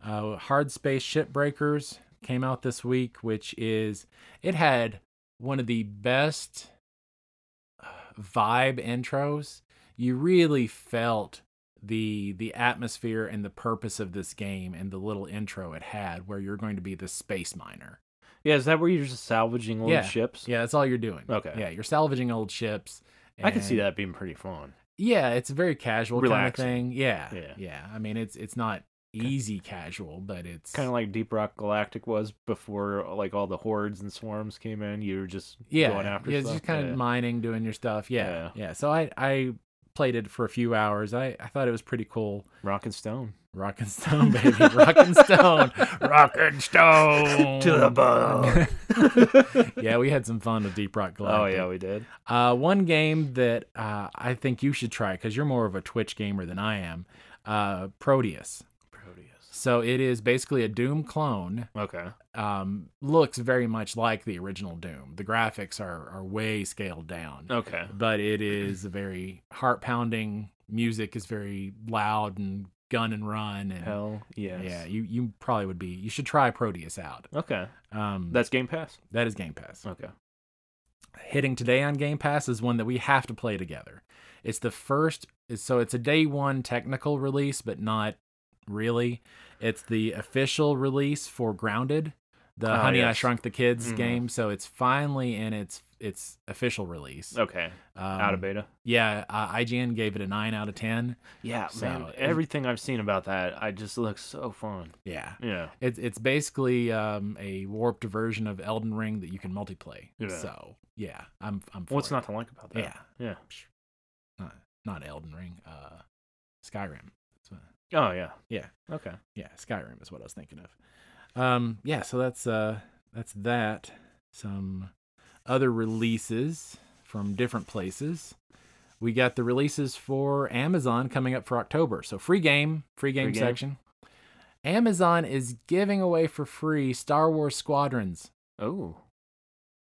Uh, Hard Space Shipbreakers came out this week, which is, it had one of the best uh, vibe intros. You really felt the the atmosphere and the purpose of this game and the little intro it had where you're going to be the space miner.
Yeah, is that where you're just salvaging old
Yeah.
ships?
Yeah, that's all you're doing.
Okay.
Yeah, you're salvaging old ships.
I can see
and-
that being pretty fun.
yeah, it's a very casual
Relaxing.
kind of thing. Yeah,
Yeah.
yeah, I mean, it's it's not easy casual, but it's
Kind of like Deep Rock Galactic was before, like all the hordes and swarms came in. You were just
yeah,
going after
yeah,
stuff.
it's just kind of
yeah.
mining, doing your stuff. Yeah, yeah, So I I played it for a few hours. I I thought it was pretty cool.
rock and stone.
Rock and stone, baby, rock and stone, rock and stone
To the bone.
yeah, we had some fun with Deep Rock
Oh
Galactic.
yeah, we did.
Uh, one game that uh, I think you should try because you're more of a Twitch gamer than I am. Uh, Proteus.
Proteus.
So it is basically a Doom clone.
Okay.
Um, looks very much like the original Doom. The graphics are are way scaled down,
Okay.
but it is a very heart pounding. Music is very loud and gun and run and
Hell yes.
yeah. You you probably would be. You should try Proteus out.
Okay.
Um,
That's Game Pass.
that is Game Pass.
Okay.
Hitting today on Game Pass is one that we have to play together. It's the first, so it's a day one technical release, but not really. It's the official release for Grounded, the
Ah,
Honey I
yes.
Shrunk the Kids
Mhm.
game. So it's finally in its its official release.
Okay.
Um,
Out of beta.
Yeah, uh, IGN gave it a nine out of ten.
Yeah,
so
man.
it-
Everything I've seen about that, I just looks so fun.
Yeah.
Yeah.
It's it's basically um, a warped version of Elden Ring that you can multiplay.
Yeah.
So yeah, I'm I'm. For
What's
it.
not to like about that?
Yeah.
Yeah.
not not Elden Ring, uh, Skyrim. That's what-
Oh yeah.
Yeah.
Okay.
yeah, Skyrim is what I was thinking of. Um, yeah, so that's uh, that's that. Some other releases from different places. We got the releases for Amazon coming up for October. So free game, free game,
Free game.
section. Amazon is giving away for free Star Wars Squadrons.
Oh.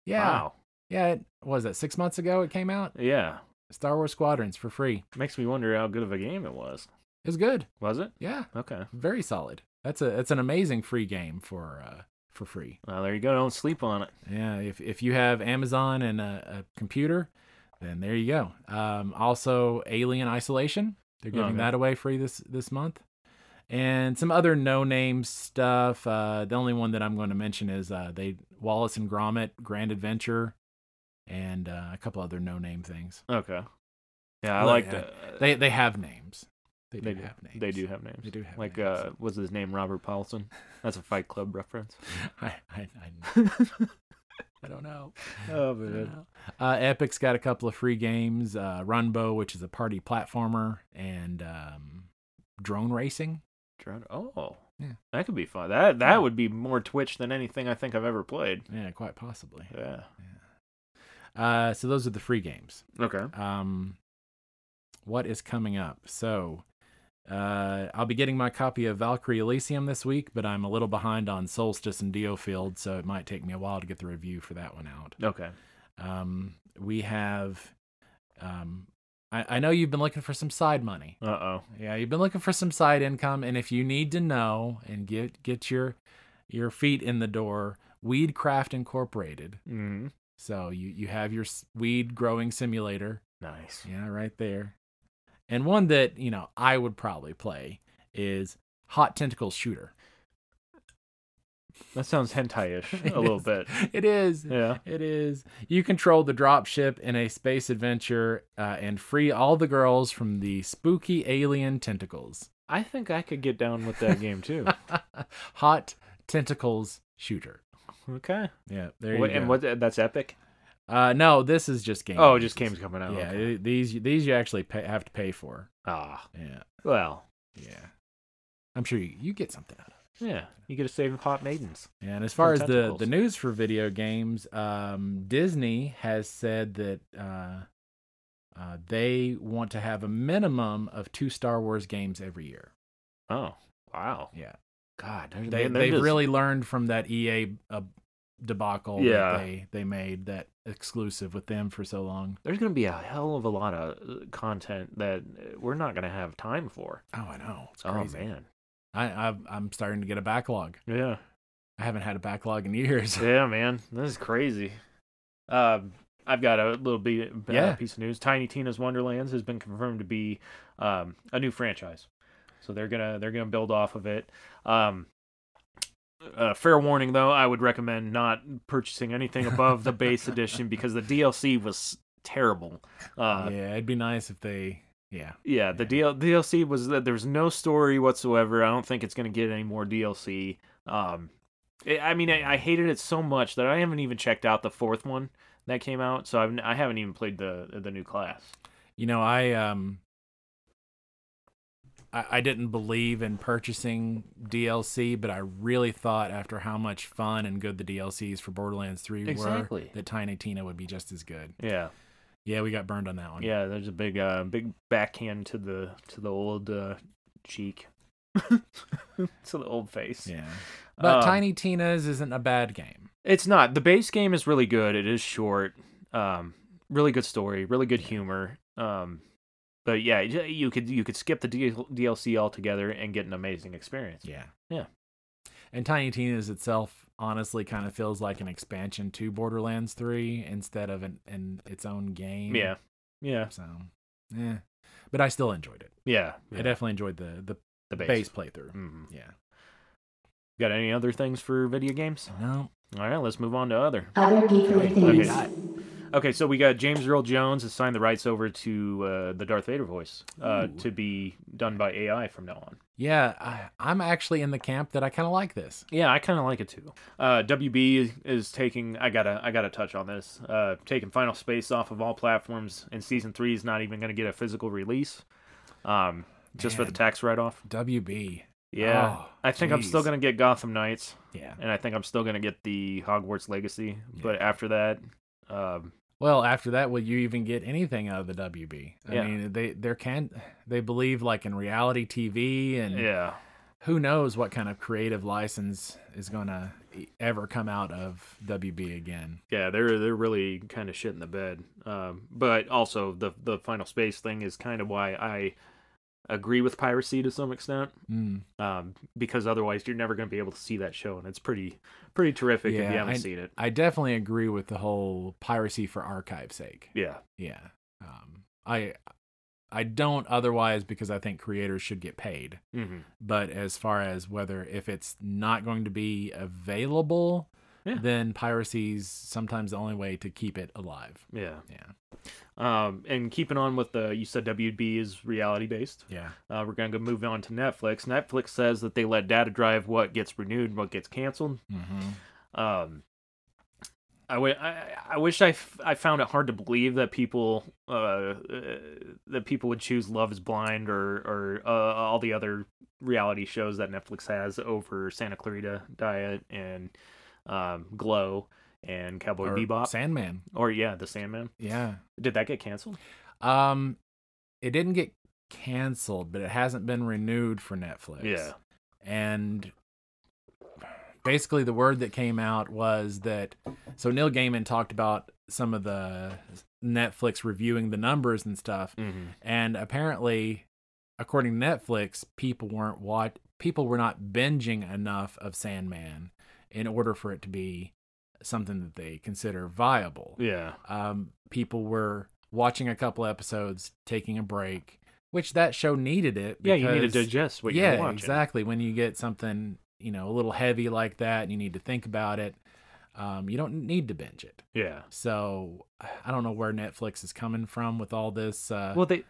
Yeah,
Wow.
yeah. It, what was that six months ago? It came out.
Yeah.
Star Wars Squadrons for free.
Makes me wonder how good of a game it was.
It was good.
Was it?
Yeah.
Okay.
very solid. That's a that's an amazing free game for uh, for free.
Well, there you go. Don't sleep on it.
Yeah, if if you have Amazon and a, a computer, then there you go. Um, also, Alien Isolation, they're giving
Okay.
that away free this this month, and some other no name stuff. Uh, the only one that I'm going to mention is uh, they Wallace and Gromit, Grand Adventure, and uh, a couple other no name things.
Okay. Yeah, I
Well,
liked
yeah.
it.
They they have names. They do,
They do.
have names.
They do have names.
They do have
like
names.
uh what's his name? Robert Paulson. That's a Fight Club reference.
I, I, I, I don't know.
oh
I don't know. Uh, Epic's got a couple of free games: uh, Runbow, which is a party platformer, and um, drone racing.
Drone- Oh.
Yeah.
That could be fun. That that
Yeah.
would be more Twitch than anything I think I've ever played.
Yeah, quite possibly.
Yeah.
Uh, so those are the free games.
Okay.
Um, what is coming up? So Uh, I'll be getting my copy of Valkyrie Elysium this week, but I'm a little behind on Solstice and Dio Field, so it might take me a while to get the review for that one out.
Okay.
Um, we have, um, I, I know you've been looking for some side money.
Uh oh.
Yeah, you've been looking for some side income, and if you need to know and get get your your feet in the door, Weedcraft Incorporated.
Mm-hmm.
So you you have your s- weed growing simulator.
Nice.
Yeah, right there. And one that, you know, I would probably play is Hot Tentacle Shooter.
That sounds hentai-ish a little
is.
bit.
It is.
Yeah.
It is. You control the dropship in a space adventure uh, and free all the girls from the spooky alien tentacles.
I think I could get down with that game too.
Hot Tentacles Shooter.
Okay.
Yeah, there
What-
you go.
And what? That's epic.
Uh, no, this is just game.
Oh, just
games.
games coming out.
Yeah,
okay.
it- these these you actually pay, have to pay for.
Ah.
Yeah,
Well.
yeah. I'm sure you, you get something out of. it.
Yeah. You get a save of hot maidens.
And as far as the,
tentacles.
the news for video games, um, Disney has said that uh, uh, they want to have a minimum of two Star Wars games every year.
Oh. Wow.
Yeah,
God. They're,
they
they're
they've
just-
really learned from that EA uh, debacle
Yeah.
that they they made that exclusive with them for so long.
There's gonna be a hell of a lot of uh, content that uh, we're not gonna have time for.
Oh, I know. It's
Oh
crazy.
man.
I I've, I'm starting to get a backlog.
Yeah.
I haven't had a backlog in years.
Yeah, man, this is crazy. Um, I've got a little bit, uh,
Yeah.
piece of news. Tiny Tina's Wonderlands has been confirmed to be um, a new franchise, so they're gonna they're gonna build off of it. Um, uh, fair warning, though, I would recommend not purchasing anything above the base edition because the DLC was terrible. Uh,
yeah, it'd be nice if they. Yeah,
yeah, the DL- DLC was that there was no story whatsoever. I don't think it's going to get any more DLC. Um, it, I mean, I, I hated it so much that I haven't even checked out the fourth one that came out. So I've, n- I haven't even played the the new class.
You know, I um I, I didn't believe in purchasing DLC, but I really thought after how much fun and good the DLCs for Borderlands 3
Exactly.
were that Tiny Tina would be just as good.
Yeah,
Yeah, we got burned on that one.
yeah. There's a big uh, big backhand to the to the old uh, cheek, to the old face.
Yeah. But
Um,
Tiny Tina's isn't a bad game.
It's not. The base game is really good. It is short. Um, really good story. Really good humor. Um, but yeah, y- you could you could skip the D- DLC altogether and get an amazing experience.
Yeah.
Yeah.
And Tiny Tina's itself honestly kind of feels like an expansion to Borderlands 3 instead of an, an its own game.
Yeah, yeah,
So, yeah. But I still enjoyed it.
yeah.
I definitely enjoyed the the
the
base playthrough.
hmm
Yeah.
Got any other things for video games?
No.
All right, let's move on to other.
Other geekly things.
Okay. Okay, so we got James Earl Jones has signed the rights over to uh, the Darth Vader voice uh,
Ooh.
to be done by AI from now on.
Yeah, I, I'm actually in the camp that I kind of like this.
Yeah, I kind of like it too. Uh, WB is, is taking. I gotta. I gotta touch on this. Uh, taking Final Space off of all platforms, and season three is not even gonna get a physical release. Um, just for the
Man.
tax write-off.
WB.
Yeah,
Oh,
I think I'm still
jeez.
gonna get Gotham Knights,
Yeah.
and I think I'm still gonna get the Hogwarts Legacy. But after that, um,
Well, after that, will you even get anything out of the WB? I
Yeah.
mean, they they can they believe like in reality TV and
yeah,
who knows what kind of creative license is going to ever come out of WB again.
yeah, they're they're really kind of shit in the bed. Um, but also the the Final Space thing is kind of why I agree with piracy to some extent.
Mm.
um, because otherwise you're never going to be able to see that show, and it's pretty pretty terrific if
Yeah,
you haven't
I-
seen it.
I definitely agree with the whole piracy for archive's sake.
Yeah,
Yeah. Um, I I don't otherwise because I think creators should get paid.
mm-hmm.
but as far as whether if it's not going to be available
Yeah.
then piracy's sometimes the only way to keep it alive
yeah.
yeah
Um, and keeping on with the you said WB is reality based.
yeah
Uh, we're going to move on to Netflix. Netflix says that they let data drive what gets renewed, and what gets canceled.
hmm
Um, I wi- I- I wish I, f- I found it hard to believe that people uh, uh, that people would choose Love Is Blind or or uh, all the other reality shows that Netflix has over Santa Clarita Diet and um, Glow and Cowboy Bebop
sandman
or yeah The Sandman.
yeah
Did that get canceled?
um it didn't get canceled, but it hasn't been renewed for Netflix.
Yeah.
And basically, the word that came out was that so Neil Gaiman talked about some of the Netflix reviewing the numbers and stuff,
Mhm.
and apparently, according to Netflix, people weren't what people were not binging enough of Sandman in order for it to be something that they consider viable
Yeah.
um, people were watching a couple episodes, taking a break, which that show needed it.
Yeah, you need to
because-
digest what
yeah,
you're watching.
exactly. When you get something you know a little heavy like that, and you need to think about it. Um, you don't need to binge it.
Yeah.
So I don't know where Netflix is coming from with all this. Uh,
Well, they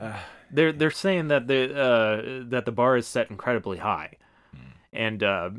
uh,
they're they're saying that the uh, that the bar is set incredibly high,
Hmm.
and uh,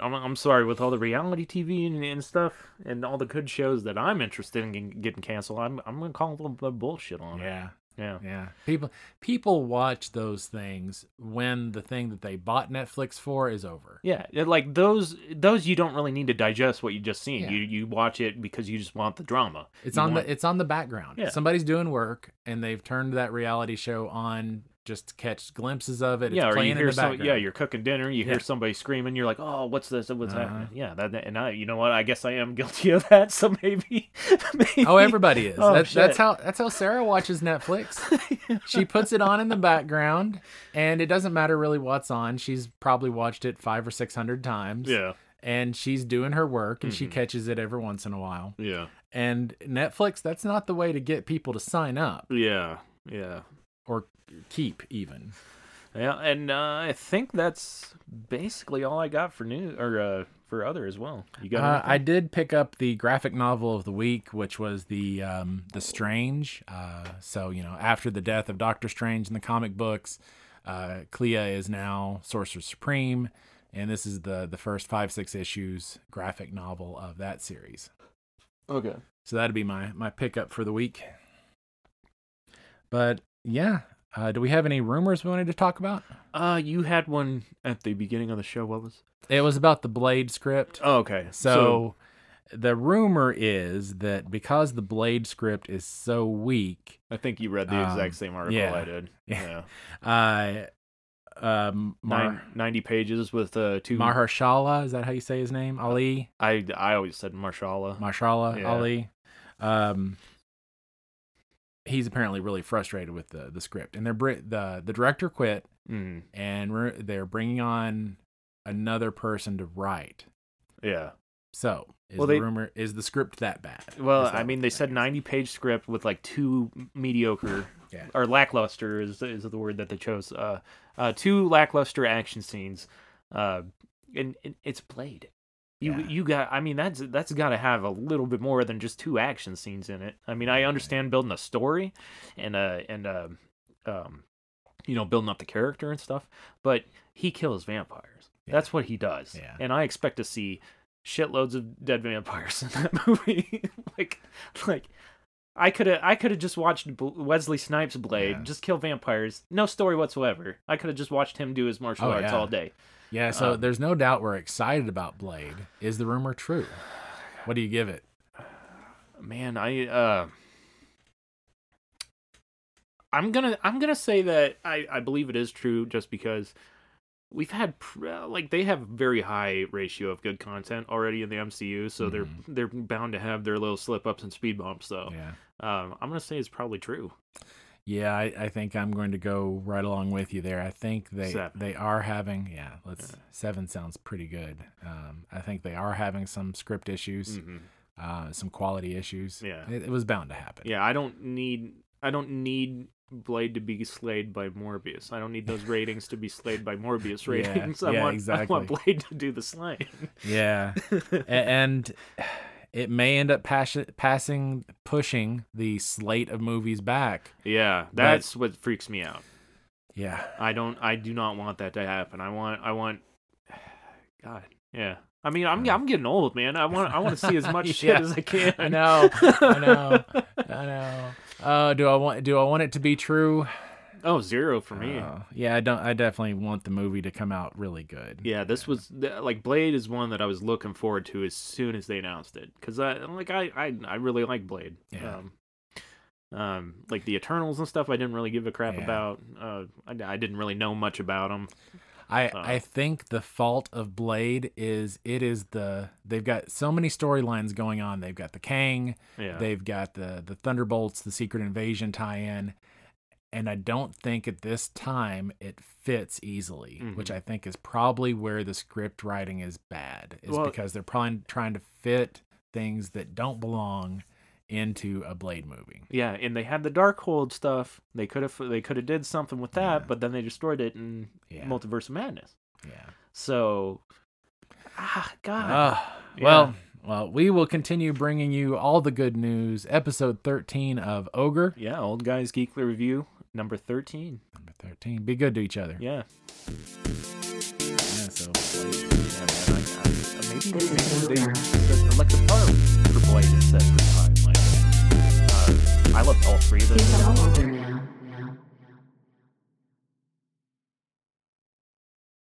I'm I'm sorry with all the reality TV and, and stuff and all the good shows that I'm interested in getting- getting canceled. I'm I'm gonna call them the bullshit on it.
yeah,
Yeah,
yeah. People people watch those things when the thing that they bought Netflix for is over.
yeah. it- Like those those you don't really need to digest what you just seen.
Yeah.
You you watch it because you just want the drama.
It's
You
on
want-
the it's on the background.
Yeah.
Somebody's doing work and they've turned that reality show on just to catch glimpses of it. It's
yeah, or
playing
you hear
in the
some,
background.
yeah, you're cooking dinner, you
Yeah.
hear somebody screaming, you're like, oh, what's this? What's
Uh-huh.
happening? Yeah, that, that- and I, you know what? I guess I am guilty of that. So maybe, maybe
Oh, everybody is.
Oh,
that's, that's
shit.
how that's how Sarah watches Netflix. She puts it on in the background, and it doesn't matter really what's on. She's probably watched it five or six hundred times.
Yeah,
And she's doing her work, and she
Mhm.
catches it every once in a while.
yeah,
And Netflix, that's not the way to get people to sign up
yeah, yeah,
or keep even.
yeah. And uh, I think that's basically all I got for new or uh, for other as well. You got?
Uh, I
anything?
did pick up the graphic novel of the week, which was the um, the Strange. Uh, so you know, after the death of Doctor Strange in the comic books, uh, Clea is now Sorcerer Supreme, and this is the the first five six issues graphic novel of that series.
okay.
So that'd be my my pickup for the week. But yeah, uh, do we have any rumors we wanted to talk about?
Uh, you had one at the beginning of the show. What was?
It was about the Blade script.
Oh, okay.
So, the rumor is that because the Blade script is so weak,
I think you read the
Um,
exact same article
yeah.
I did.
Yeah.
Yeah.
uh, um,
Nine,
Mar-
90 pages with uh, two.
Mahershala is that how you say his name? Ali
I I always said Marshala.
Mahershala
Uh, Yeah.
Ali. Um, he's apparently really frustrated with the the script, and they're br- the the director quit,
mm,
and we're, they're bringing on another person to write.
yeah.
So, is
Well,
the
they-
rumor is the script that bad?
Well,
Is that
I mean,
what
they
the
said
thing is?
90 page script with like two mediocre
Yeah.
or lackluster is is the word that they chose. Uh, uh, two lackluster action scenes. Uh, and, and it's played. You
Yeah.
you got. I mean, that's that's got to have a little bit more than just two action scenes in it. I mean, I understand building a story, and uh and uh, um, you know, building up the character and stuff. But he kills vampires.
Yeah.
That's what he does.
Yeah.
And I expect to see shitloads of dead vampires in that movie. like, like I could have I could have just watched B- Wesley Snipes Blade
Yeah.
just kill vampires. No story whatsoever. I could have just watched him do his martial
Oh,
arts
yeah.
all day.
Yeah, so
Um,
there's no doubt we're excited about Blade. Is the rumor true? What do you give it?
Man, I uh I'm going to I'm going to say that I I believe it is true just because we've had pr- uh, like they have very high ratio of good content already in the MCU, so
Mhm.
they're they're bound to have their little slip ups and speed bumps though.
Yeah.
Um I'm going to say it's probably true.
Yeah, I, I think I'm going to go right along with you there. I think they
Seven.
they are having yeah, let's seven sounds pretty good. Um, I think they are having some script issues,
Mhm.
uh, some quality issues.
Yeah.
it, it was bound to happen.
Yeah, I don't need I don't need Blade to be slayed by Morbius. I don't need those ratings to be slayed by Morbius
Yeah,
ratings. I
yeah,
want I
exactly.
want Blade to do the slaying.
Yeah. A- and it may end up pas- passing pushing the slate of movies back.
yeah, that's what freaks me out.
Yeah.
I don't I do not want that to happen. I want I want God. Yeah. I mean, I'm
Yeah.
I'm getting old, man. I want I want to see as much
Yeah.
shit as I can.
I know. I know. I know. Oh, do I want do I want it to be true?
Oh, zero for me.
Uh, yeah, I don't. I definitely want the movie to come out really good.
Yeah, this was th- like Blade is one that I was looking forward to as soon as they announced it because I like I, I I really like Blade.
Yeah.
Um, Um, like the Eternals and stuff, I didn't really give a crap
Yeah.
about. Uh, I, I didn't really know much about them.
I
Uh.
I think the fault of Blade is it is the they've got so many storylines going on. They've got the Kang,
Yeah,
they've got the the Thunderbolts, the Secret Invasion tie-in, and I don't think at this time it fits easily, which
Mhm.
I think is probably where the script writing is bad. Is
Well-
because they're probably trying to fit things that don't belong into a Blade movie.
yeah, and they had the Darkhold stuff. They could have they could have did something with that,
Yeah.
but then they destroyed it in
Yeah.
Multiverse of Madness.
Yeah.
So, ah, God,
Ah,
Yeah.
well, well, we will continue bringing you all the good news. Episode 13 of Ogre.
yeah, old guys geekly review number thirteen.
Number 13. Be good to each other.
Yeah,
Yeah, so
yeah man, I, I, maybe
This is
maybe they
Ogre.
select the part for Blade instead for time. Like, uh, I loved all three of those.
It's all over now.